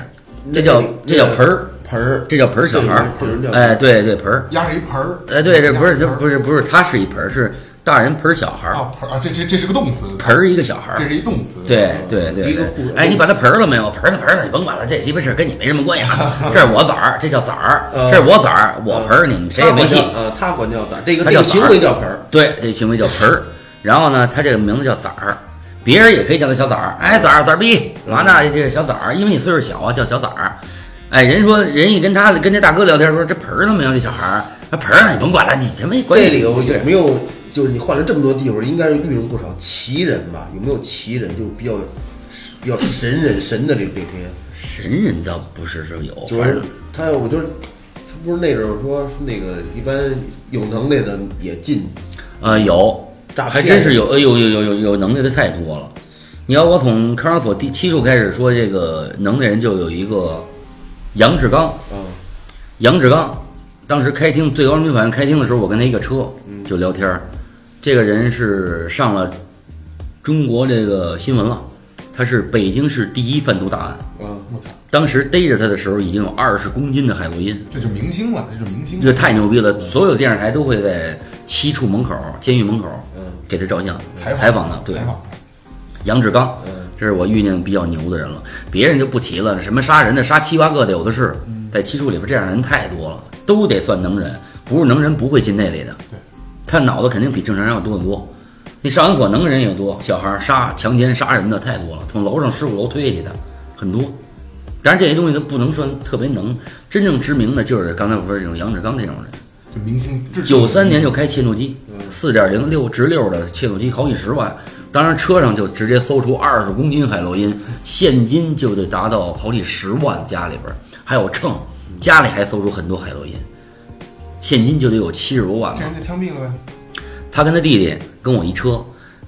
C: 这叫这叫盆儿，
B: 盆儿，
C: 这叫盆儿小孩儿
B: 这人叫。
C: 哎，对对盆儿，
A: 压着一盆儿，
C: 哎对，这不是这
A: 压着一盆儿
C: 不是不是，他是一盆儿，是大人盆儿小孩儿，
A: 啊盆儿啊，这这这是个动词，
C: 盆儿一个小孩儿
A: 这。是一动词，
C: 对对对
B: 嗯一个
C: 对
B: 互，
C: 哎，你把它盆儿了没有？盆儿它盆儿了，你甭管了，这鸡巴事儿跟你没什么关 系啊。这是我崽儿，这叫崽儿，
B: 呃
C: 这是我崽儿，我盆儿，你们谁也没戏
B: 他。管叫呃，他管叫咋？这个
C: 他
B: 这
C: 叫
B: 个
C: 崽儿
B: 行为叫盆儿，
C: 对，这行为叫盆儿。然后呢，他这个名字叫崽儿，别人也可以叫他小崽儿。哎，崽儿崽儿逼，完了这个小崽儿，因为你岁数小啊，叫小崽儿。哎，人说人一跟他跟这大哥聊天说这盆儿了没有？这小孩儿，那盆儿呢？你甭管了，你他妈管
B: 这
C: 你
B: 里头有没有？就是你换了这么多地方，应该是遇上不少奇人吧？有没有奇人？就是比较比较神人神的这这些，
C: 神人倒不是说有，
B: 就
C: 哦反
B: 是
C: 正
B: 他，我就是他不是那种说说那个一般有能耐的也进，
C: 呃，有，
B: 诈骗
C: 还真是有，呃有有有有有能耐的太多了。你要我从康所第七处开始说，这个能耐人就有一个杨志刚。
B: 嗯
C: 杨志刚当时开庭，最高人民法院开庭的时候，我跟他一个车
A: 嗯
C: 就聊天儿。这个人是上了中国这个新闻了，他是北京市第一贩毒大案。
B: 啊，
A: 我操，
C: 当时逮着他的时候，已经有二十公斤的海洛因。
A: 这就明星了，这就明星
C: 这，太牛逼了！所有的电视台都会在七处门口、监狱门口，
B: 嗯
C: 给他照相、
A: 采
C: 采
A: 访
C: 他。对
A: 采，访，
C: 杨志刚，
B: 嗯
C: 这是我遇见比较牛的人了，别人就不提了，什么杀人的、杀七八个的有的是，在七处里边这样的人太多了，都得算能人，不是能人不会进那里的
A: 对。
C: 他脑子肯定比正常人要多得多。那少管所能人也多，小孩儿杀、强奸、杀人的太多了，从楼上十五楼推下去的很多。但是这些东西都不能说特别能，真正知名的就是刚才我说这种杨志刚这种人，
A: 这明星制作
C: 九三年就开切诺基，四点零六直溜的切诺基好几十万，当然车上就直接搜出二十公斤海洛因，现金就得达到好几十万，家里边儿还有秤，家里还搜出很多海洛因，现金就得有七十多万
A: 这
C: 吧。
A: 人就枪毙了呗。
C: 他跟他弟弟跟我一车，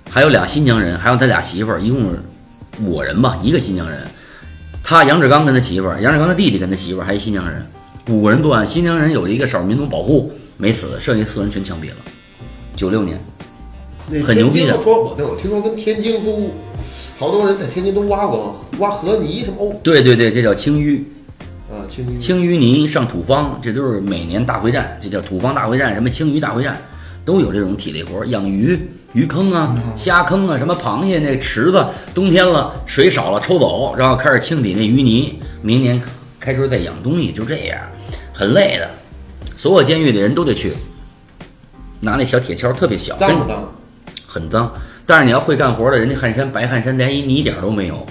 C: 还有俩新疆人，还有他俩媳妇儿，一共是五人吧，一个新疆人。他杨志刚跟他媳妇儿，杨志刚他弟弟跟他媳妇儿，还有新疆人，五个人作案。新疆人有一个少数民族保护没死，剩下四人全枪毙了。九六年，
B: 那
C: 很牛逼
B: 天
C: 的
B: 津我说我那我听说跟天津都好多人在天津都挖过挖河泥什么哦
C: 对对对，这叫清淤。
B: 啊，天津
C: 青淤泥上土方，这都是每年大会战，这叫土方大会战，什么青鱼大会战，都有这种体力活，养鱼、鱼坑啊、虾坑啊，什么螃蟹那池子，冬天了水少了抽走，然后开始清理那淤泥，明年开春再养东西，就这样，很累的。所有监狱里人都得去，拿那小铁锹特别小，跟
B: 脏不脏？
C: 很脏。但是你要会干活的，人家汗衫白汗衫连一泥点儿都没有，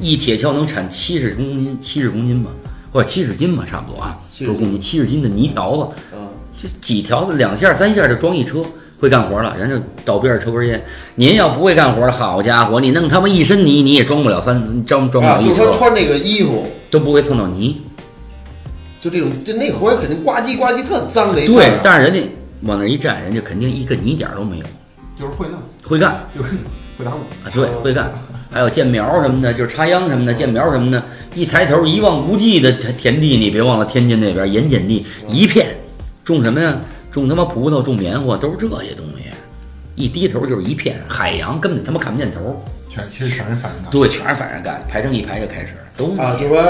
C: 一铁锹能产七十公斤，七十公斤吧，或者七十斤吧，差不多啊，
B: 70
C: 不是公斤，七十斤的泥条子，
B: 啊，
C: 这几条子两下三下就装一车。会干活了，人就倒边儿抽根烟。您要不会干活的，好家伙，你弄他妈一身泥，你也装不了三，装装不
B: 啊，
C: 了
B: 就
C: 一
B: 是说
C: 车，
B: 穿这个衣服，
C: 都不会蹭到泥。
B: 就这种，就那活儿肯定呱唧呱唧特脏的一
C: 对
B: 块，儿
C: 但是人家往那儿一站，人家肯定一个泥点儿都没有，
A: 就是会弄，
C: 会干。
A: 就是会打鼓。
C: 啊，对，会干，还有建苗什么的，就是插秧什么的，建苗什么的，一抬头一望无际的田田地，你别忘了天津那边盐碱地一片，种什么呀？种他妈葡萄，种棉花，都是这些东西。一低头就是一片海洋，根本他妈看不见头。
A: 全其实全是反的。
C: 对，全是反着干，排成一排就开始，都
B: 啊，就是说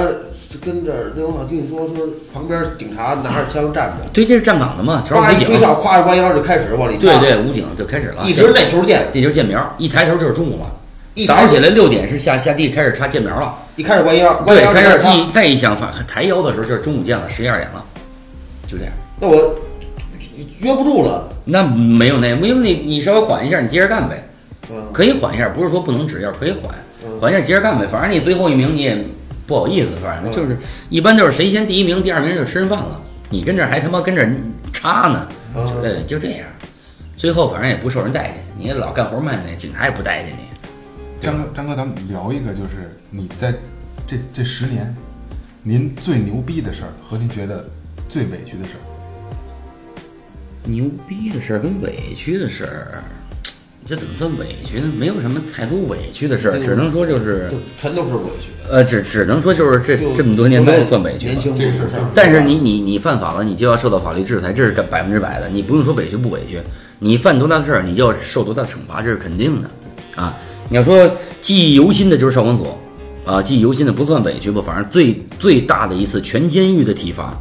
B: 跟这儿那我好听你说说旁边警察拿着枪站着，
C: 对，这是站岗的嘛，全
B: 呱
C: 是
B: 一
C: 武
B: 吹
C: 警。
B: 哨，咵着弯腰就开始往里
C: 对
B: 扎，
C: 对，武警就开始了，
B: 一
C: 建
B: 直那球见，
C: 这就是建苗，一抬头就是中午了。
B: 一
C: 早
B: 抬
C: 上起来六点是下下地开始插建苗了。
B: 一开始弯腰，弯
C: 对，
B: 腰
C: 开
B: 就
C: 始
B: 扎
C: 一再一想反抬腰的时候就是中午见了，十一二点了，就这样。
B: 那我约不住了，
C: 那没有那，因为你你稍微缓一下，你接着干呗，
B: 嗯
C: 可以缓一下，不是说不能止药，可以缓，
B: 嗯，
C: 缓一下接着干呗。反正你最后一名你也不好意思，反正就是一般就是谁先第一名、第二名就吃人饭了，你跟这儿还他妈跟这儿插呢，
B: 啊
C: 就呃就这样。最后反正也不受人待见，你老干活慢的，警察也不待见你。
A: 张哥，张哥，咱们聊一个，就是你在这这十年，您最牛逼的事儿和您觉得最委屈的事儿，
C: 牛逼的事儿跟委屈的事儿，这怎么算委屈呢？没有什么太多委屈的事儿，
B: 这个
C: 只能说就是
B: 就，全都是委屈。
C: 呃，只只能说就是这
B: 就
C: 这么多年都
B: 不太
C: 算委屈吧
B: 年。轻不
A: 这个
B: 事
A: 是
B: 儿
C: 但是你你你犯法了，你就要受到法律制裁，这是百分之百的。你不用说委屈不委屈，你犯多大的事儿，你就要受多大的惩罚，这是肯定的啊。你要说记忆犹新的，就是少管所啊，记忆犹新的不算委屈吧，反正最最大的一次全监狱的体罚，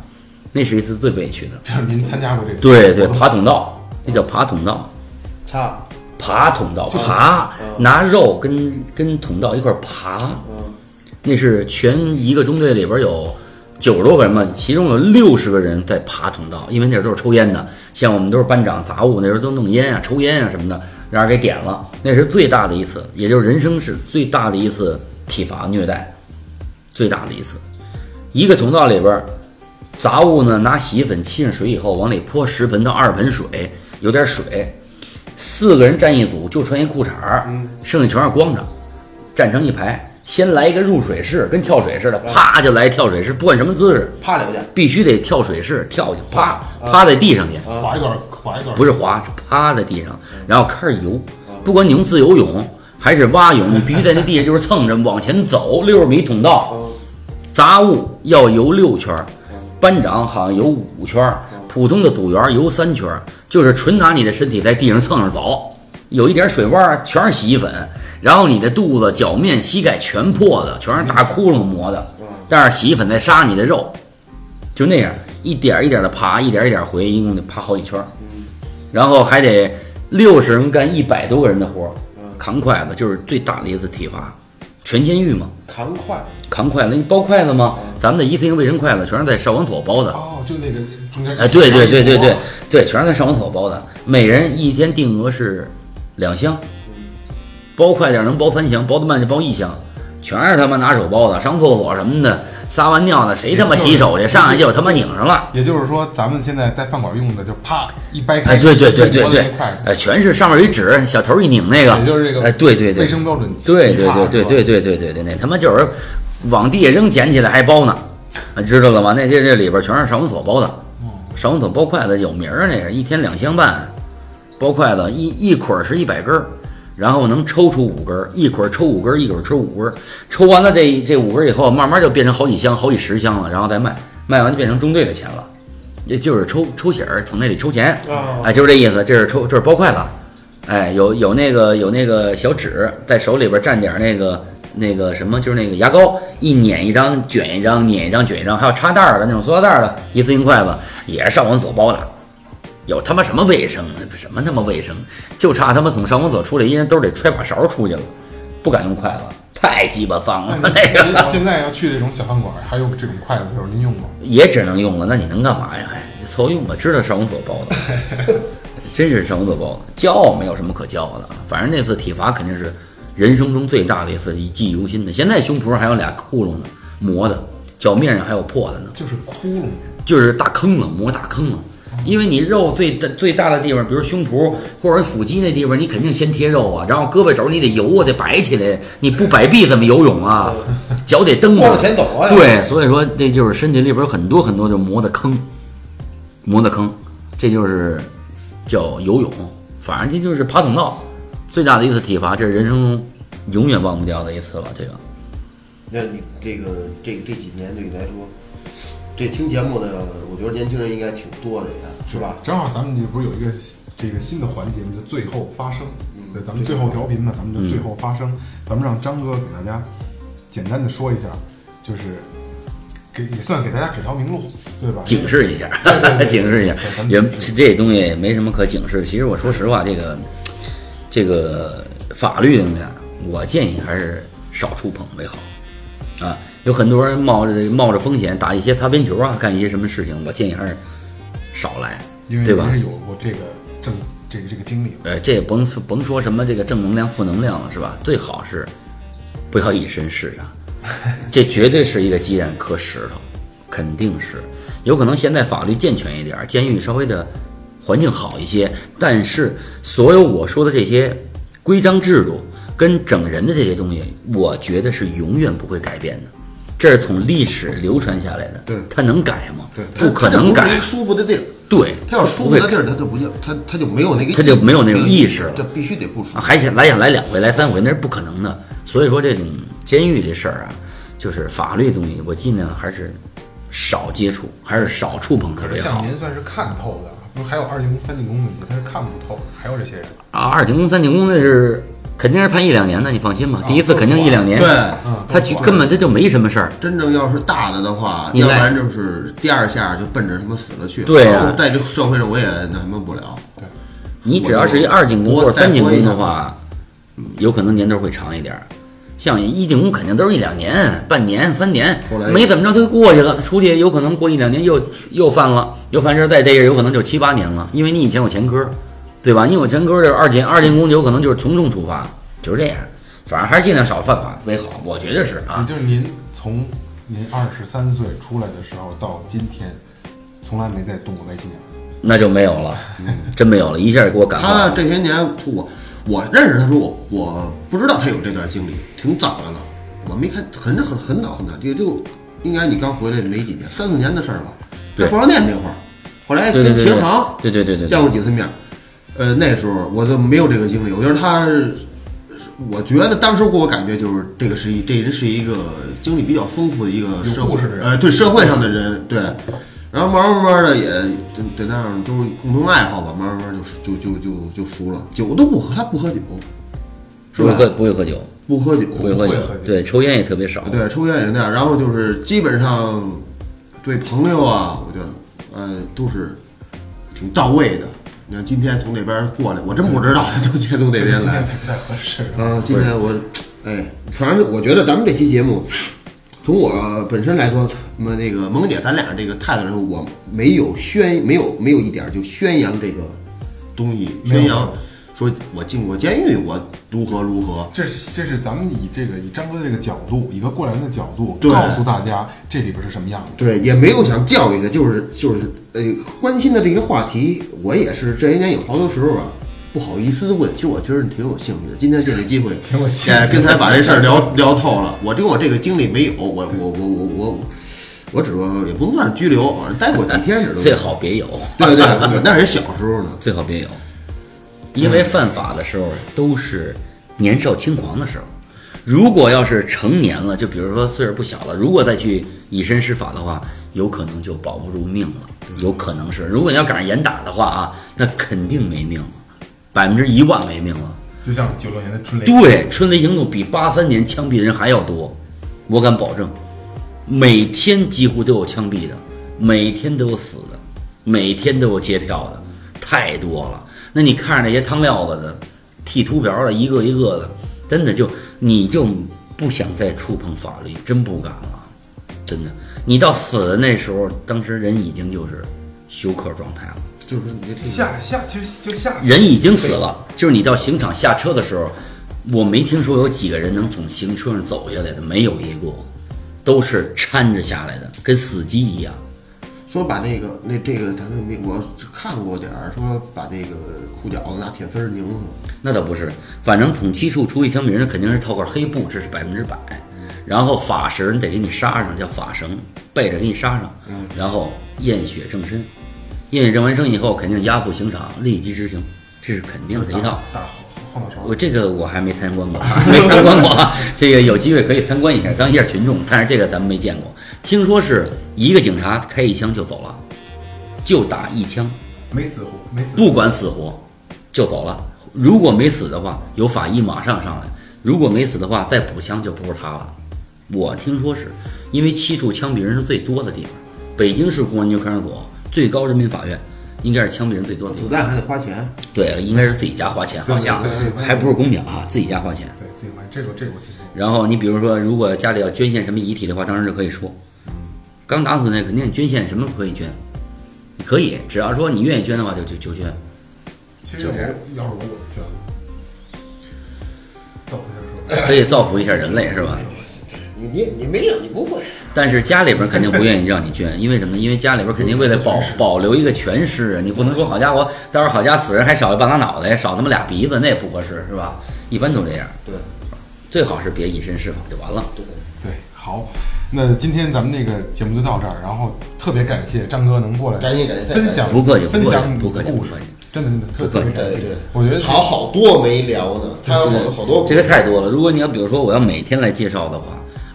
C: 那是一次最委屈的。
A: 就是您参加过这次。
C: 对
B: 哦
C: 对，爬桶道，那叫爬桶道，
B: 差，
C: 爬桶道，爬拿肉跟跟桶道一块儿爬。
B: 嗯
C: 那是全一个中队里边有九十多个人嘛，其中有六十个人在爬通道，因为那时候都是抽烟的，像我们都是班长、杂务，那时候都弄烟啊、抽烟啊什么的，让人给点了，那是最大的一次，也就是人生是最大的一次体罚虐待，最大的一次。一个通道里边，杂物呢拿洗衣粉沏上水以后，往里泼十盆到二十盆水，有点水，四个人站一组，就穿一裤衩儿，剩下全是光着。站成一排，先来一个入水式，跟跳水似的，啪就来跳水式，不管什么姿势，
B: 啪两下，
C: 必须得跳水式跳去，啪趴在地上去，
A: 划一段，划一段。
C: 不是滑，是趴在地上，然后开始游。不管你用自由泳还是蛙泳，你必须在那地上就是蹭着往前走六十米通道，
B: 嗯，
C: 杂物要游六圈儿，班长好像游五圈儿，普通的组员游三圈儿，就是纯拿你的身体在地上蹭着走，有一点水洼儿全是洗衣粉，然后你的肚子、脚面、膝盖全破的，全是大窟窿磨的，
B: 嗯
C: 但是洗衣粉在杀你的肉，就那样一点儿一点的爬，一点儿一点儿回，一共得爬好几圈儿，然后还得六十人干一百多个人的活儿，扛筷子就是最大的一次体罚，全监狱嘛。
B: 扛快，
C: 扛筷子，你包筷子吗？
A: 嗯
C: 咱们的一次性卫生筷子全是在少管所包的。
A: 哦，就那个中间。
C: 哎，对对对对对对，全是在少管所包的。每人一天
A: 嗯
C: 定额是两箱，包快点能包三箱，包的慢就包一箱。全是他妈拿手包的，上厕所什么的，撒完尿的，谁他妈洗手去？上来就他妈拧上了。
A: 也就是说，咱们现在在饭馆用的，就啪一掰开，
C: 哎，对对对对
A: 拧过来
C: 对
A: 那块，
C: 哎，全是上面有一纸，小头一拧那个，
A: 也就是这个
C: 哎，对对对
A: 卫，生标准极差
C: 对对对对
A: 是吧
C: 对对对对对，那他妈就是往地下扔，捡起来还包呢，啊知道了吗？那这这里边全是少管所包的，
A: 哦
C: 少管所包筷子有名儿，啊那个一天两箱半，包筷子一一捆儿是一百根儿，然后能抽出五根儿，一捆儿抽五根儿，一捆儿抽五根儿，抽完了这这五根儿以后，慢慢就变成好几箱、好几十箱了，然后再卖，卖完就变成中队的钱了。也就是抽抽血儿，从那里抽钱，
B: 哦
C: 哎，就是这意思。这是抽，这是包筷子，哎，有有那个有那个小纸，在手里边蘸点那个那个什么，就是那个牙膏，一捻一张，卷一张，捻一张，卷一张，还有插袋儿的那种塑料袋儿的一次性筷子，也是上网所包的。有他妈什么卫生？啊什么他妈卫生？就差他妈从上厕所出来，一人兜里揣把勺出去了，不敢用筷子，太鸡巴脏了。 那
A: 哎您
C: 个
A: 现在要去这种小饭馆，还有这种筷子的时候，您用吗？
C: 也只能用了，那你能干嘛呀？哎，就凑合用吧，知道上网所包的。真是绳子包，骄傲没有什么可骄傲的。反正那次体罚肯定是人生中最大的一次记忆犹新的。现在胸脯上还有俩窟窿呢，磨的；脚面上还有破的呢，
A: 就是窟窿，
C: 就是大坑了，磨大坑了。因为你肉最大最大的地方，比如胸脯或者腹肌那地方，你肯定先贴肉啊，然后胳膊肘你得游啊，得摆起来，你不摆臂怎么游泳啊？脚得蹬着，
B: 往前走啊！
C: 对，所以说这就是身体里边有很多很多就磨的坑，磨的坑，这就是叫游泳，反正这就是爬桶道最大的一次体罚，这是人生中永远忘不掉的一次了。这个
B: 那你这个这这几年对你来说，这听节目的，我觉得年轻人应该挺多的，也是吧？
A: 正好咱们这不是有一个这个新的环节吗？就最后发声。
B: 嗯
A: 对，咱们最后调频呢，咱们就最后发声。咱们让张哥给大家简单的说一下，就是给也算给大家指条明路，对吧？
C: 警示一下
A: 对，对
C: 警示一下
A: 对咱，们
C: 也
A: 警示
C: 这东西也没什么可警示。其实我说实话，这个这个法律东西啊，我建议还是少触碰为好。啊，有很多人冒着冒着风险打一些擦边球啊，干一些什么事情，我建议还是少来。
A: 因为
C: 对吧
A: 您是有过这个正这个这个经历，
C: 呃，这也甭说甭说什么这个正能量、负能量了，是吧？最好是不要以身试 法，这绝对是一个鸡蛋磕石头，肯定是。有可能现在法律健全一点儿，监狱稍微的环境好一些，但是所有我说的这些规章制度跟整人的这些东西，我觉得是永远不会改变的。这是从历史流传下来的，
B: 对
C: 它能改吗？
B: 对，
C: 不可
B: 他
C: 能
B: 不是
C: 改
B: 一。舒服的地儿，
C: 对，
B: 他要舒服
C: 不会
B: 的地儿，他就不叫他他就没有那个意，
C: 他就没有那种意识了
B: 这必须得不舒服。
C: 啊还想来想来两回来三回那是不可能的。所以说这种监狱这事儿啊，就是法律东西，我尽量还是少接触，还是少触碰特
A: 可
C: 别
A: 是
C: 好
A: 像。您算是看透的，不是还有二进宫、三进宫问题，他是看不透的，还有这些人。
C: 啊，二进宫、三进宫那是肯定是判一两年的，你放心吧。
A: 啊
C: 第一次肯定一两年，
B: 对，
A: 嗯，
C: 他就根本他就没什么事儿。
B: 真正要是大的的话，
C: 你
B: 要
C: 来
B: 不然就是第二下就奔着什么死了去了。
C: 对啊
B: 在这个社会上我也那什么不了。
C: 你只要是一二进宫
B: 我
C: 或者三进宫
B: 再
C: 的
B: 说一
C: 话，有可能年头会长一点儿。像一进宫肯定都是一两年、半年、三年
B: 后来，
C: 没怎么着他就过去了。他出去有可能过一两年又又犯了，又犯事儿，再这个有可能就七八年了，因为你以前有前科，对吧？你有前科就是二进二进宫有可能就是从重处罚，就是这样。反正还是尽量少犯法为好，我觉得是啊
A: 也。就是您从您二十三岁出来的时候到今天，从来没再动过歪啊心眼。
C: 那就没有了， 真没有了，一下给我感化
B: 嗯他
C: 了。
B: 这些年，我我认识他时候，我不知道他有这段经历，挺早的了。我没看，很很很早很早，这就应该你刚回来没几年，三四年的事儿吧。在
C: 对
B: 服装店那会儿，后来
C: 对对
B: 跟
C: 对
B: 琴行
C: 对对对对
B: 见
C: 对，
B: 过几次面儿。呃，那时候我就没有这个经历，我觉得他，我觉得当时给我感觉就是这个是一这人是一个经历比较丰富的一个
A: 有
B: 社会
A: 故事的人
B: 呃，对社会上的人，对。然后慢慢慢慢的也对对那样都是共同爱好吧，慢慢慢慢就就就就就熟了，酒都不喝，他不喝酒，是
C: 不会
B: 吧？
C: 喝不会喝酒，
B: 不喝酒，
C: 不会喝
A: 不
C: 酒
A: 会喝酒，
C: 对，抽烟也特别少。
B: 啊对，抽烟也是那样。然后就是基本上对朋友啊，我觉得呃都是挺到位的。你看今天从那边过来，我真不知道 从天
A: 今
B: 从那
A: 天
B: 边来
A: 不太合适。
B: 啊。今天我哎，反正我觉得咱们这期节目，从我本身来说，那么那个萌姐咱俩这个态度上，我没有宣，没有没有一点儿就宣扬这个东西，
A: 没有
B: 宣扬说我进过监狱，我如何如何。
A: 这是这是咱们以这个以张哥这个角度，以一个过来人的角度，
B: 对
A: 告诉大家这里边是什么样的。
B: 对，也没有想教育的，就是就是呃，关心的这些话题，我也是这些年有好多时候啊，不好意思问。其实我觉得你挺有兴趣的，今天借这机 会，
A: 挺有兴趣的
B: 哎跟咱把这事儿聊聊透了。我跟我这个经历没有，我我我我我，我只不过也不能算是拘留，反正待过几天这都。
C: 最好别有，
B: 对对对，那是小时候呢。
C: 最好别有，因
B: 嗯
C: 为犯法的时候都是年少轻狂的时候。如果要是成年了，就比如说岁数不小了，如果再去以身试法的话，有可能就保不住命了，有可能是。如果你要赶上严打的话啊，那肯定没命了，百分之一万没命了。
A: 就像九六年的春雷，
C: 对，春雷行动比八三年枪毙人还要多，我敢保证，每天几乎都有枪毙的，每天都有死的，每天都有劫票的，太多了。那你看着那些汤料子的、剃秃瓢的，一个一个的，真的就你就不想再触碰法律，真不敢了，真的。你到死的那时候，当时人已经就是休克状态了。
B: 就是你这
A: 下下就就下
C: 人已经死了，就是你到刑场下车的时候，我没听说有几个人能从行车上走下来的，没有一个，都是搀着下来的，跟死鸡一样。
B: 说把那个那这个咱们我看过点儿，说把那个裤脚子拿铁丝儿拧上，
C: 那倒不是，反正统计处出一枪毙人，肯定是套块黑布，这是百分之百。然后法绳得给你杀上，叫法绳，背着给你杀上，然后验血正身，验血正完身以后，肯定押赴刑场，立即执行，这是肯定的一套。
A: 打后后脑勺。
C: 我这个我还没参观过，啊没参观过，这个有机会可以参观一下，当一下群众。但是这个咱们没见过，听说是一个警察开一枪就走了，就打一枪，
A: 没死活，没死
C: 不管死活，就走了。如果没死的话，有法医马上上来；如果没死的话，再补枪就不是他了。我听说是因为七处枪毙人是最多的地方，北京市公安局看守所、最高人民法院应该是枪毙人最多的地
B: 子
C: 方。
B: 弹还得花钱。
C: 对，应该是自己家花钱好像
A: 对对对
C: 还不是公奖啊，自己家花钱。
A: 对自己买这个这个我听说过。
C: 然后你比如说，如果家里要捐献什么遗体的话，当然就可以说，刚打死那肯定捐献什么都可以捐，你可以，只要说你愿意捐的话就就就捐。
A: 其实
C: 就
A: 我要是我我觉得，倒回来说，
C: 可以造福一下人类，是吧？
B: 你你你没有，你不会。
C: 但是家里边肯定不愿意让你捐，因为什么呢？因为家里边肯定为了保保留一个全尸啊，你不能说好家伙，到时候好家死人还少一半拉脑袋，少他妈俩鼻子，那也不合适，是吧？一般都这样，
B: 对
C: 最好是别以身试法就完了。
B: 对，
A: 对，好，那今天咱们这个节目就到这儿，然后特别感谢张哥能过来
B: 感谢感谢
A: 分享
C: 不客气不客
A: 分
C: 气
A: 享你
C: 不客
A: 的
C: 气
A: 故
C: 不
A: 事
C: 客气，
A: 真的真的特特别感
B: 对
A: 谢
B: 对，
A: 我觉得
B: 好好多没聊呢，他有好多好多
C: 这个太多了。如果你要比如说我要每天来介绍的话，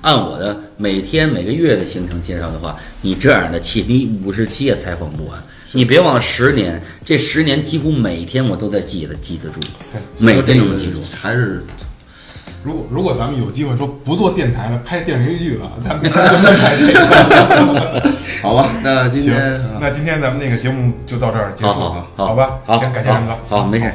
C: 按我的每天每个月的行程介绍的话，你这样的期你五十期也采访不完。你别忘了十年，这十年几乎每天我都在记得记得住，
A: 对
C: 每天都能记住。
B: 还是
A: 如果如果咱们有机会说不做电台了，拍电视剧了，咱 们先就先拍这个。
B: 好吧？那今
A: 行
B: 天啊，
A: 那今天咱们那个节目就到这儿结束
C: 好好好
A: 吧？
C: 好，
A: 行感谢张哥。
C: 好，好没事。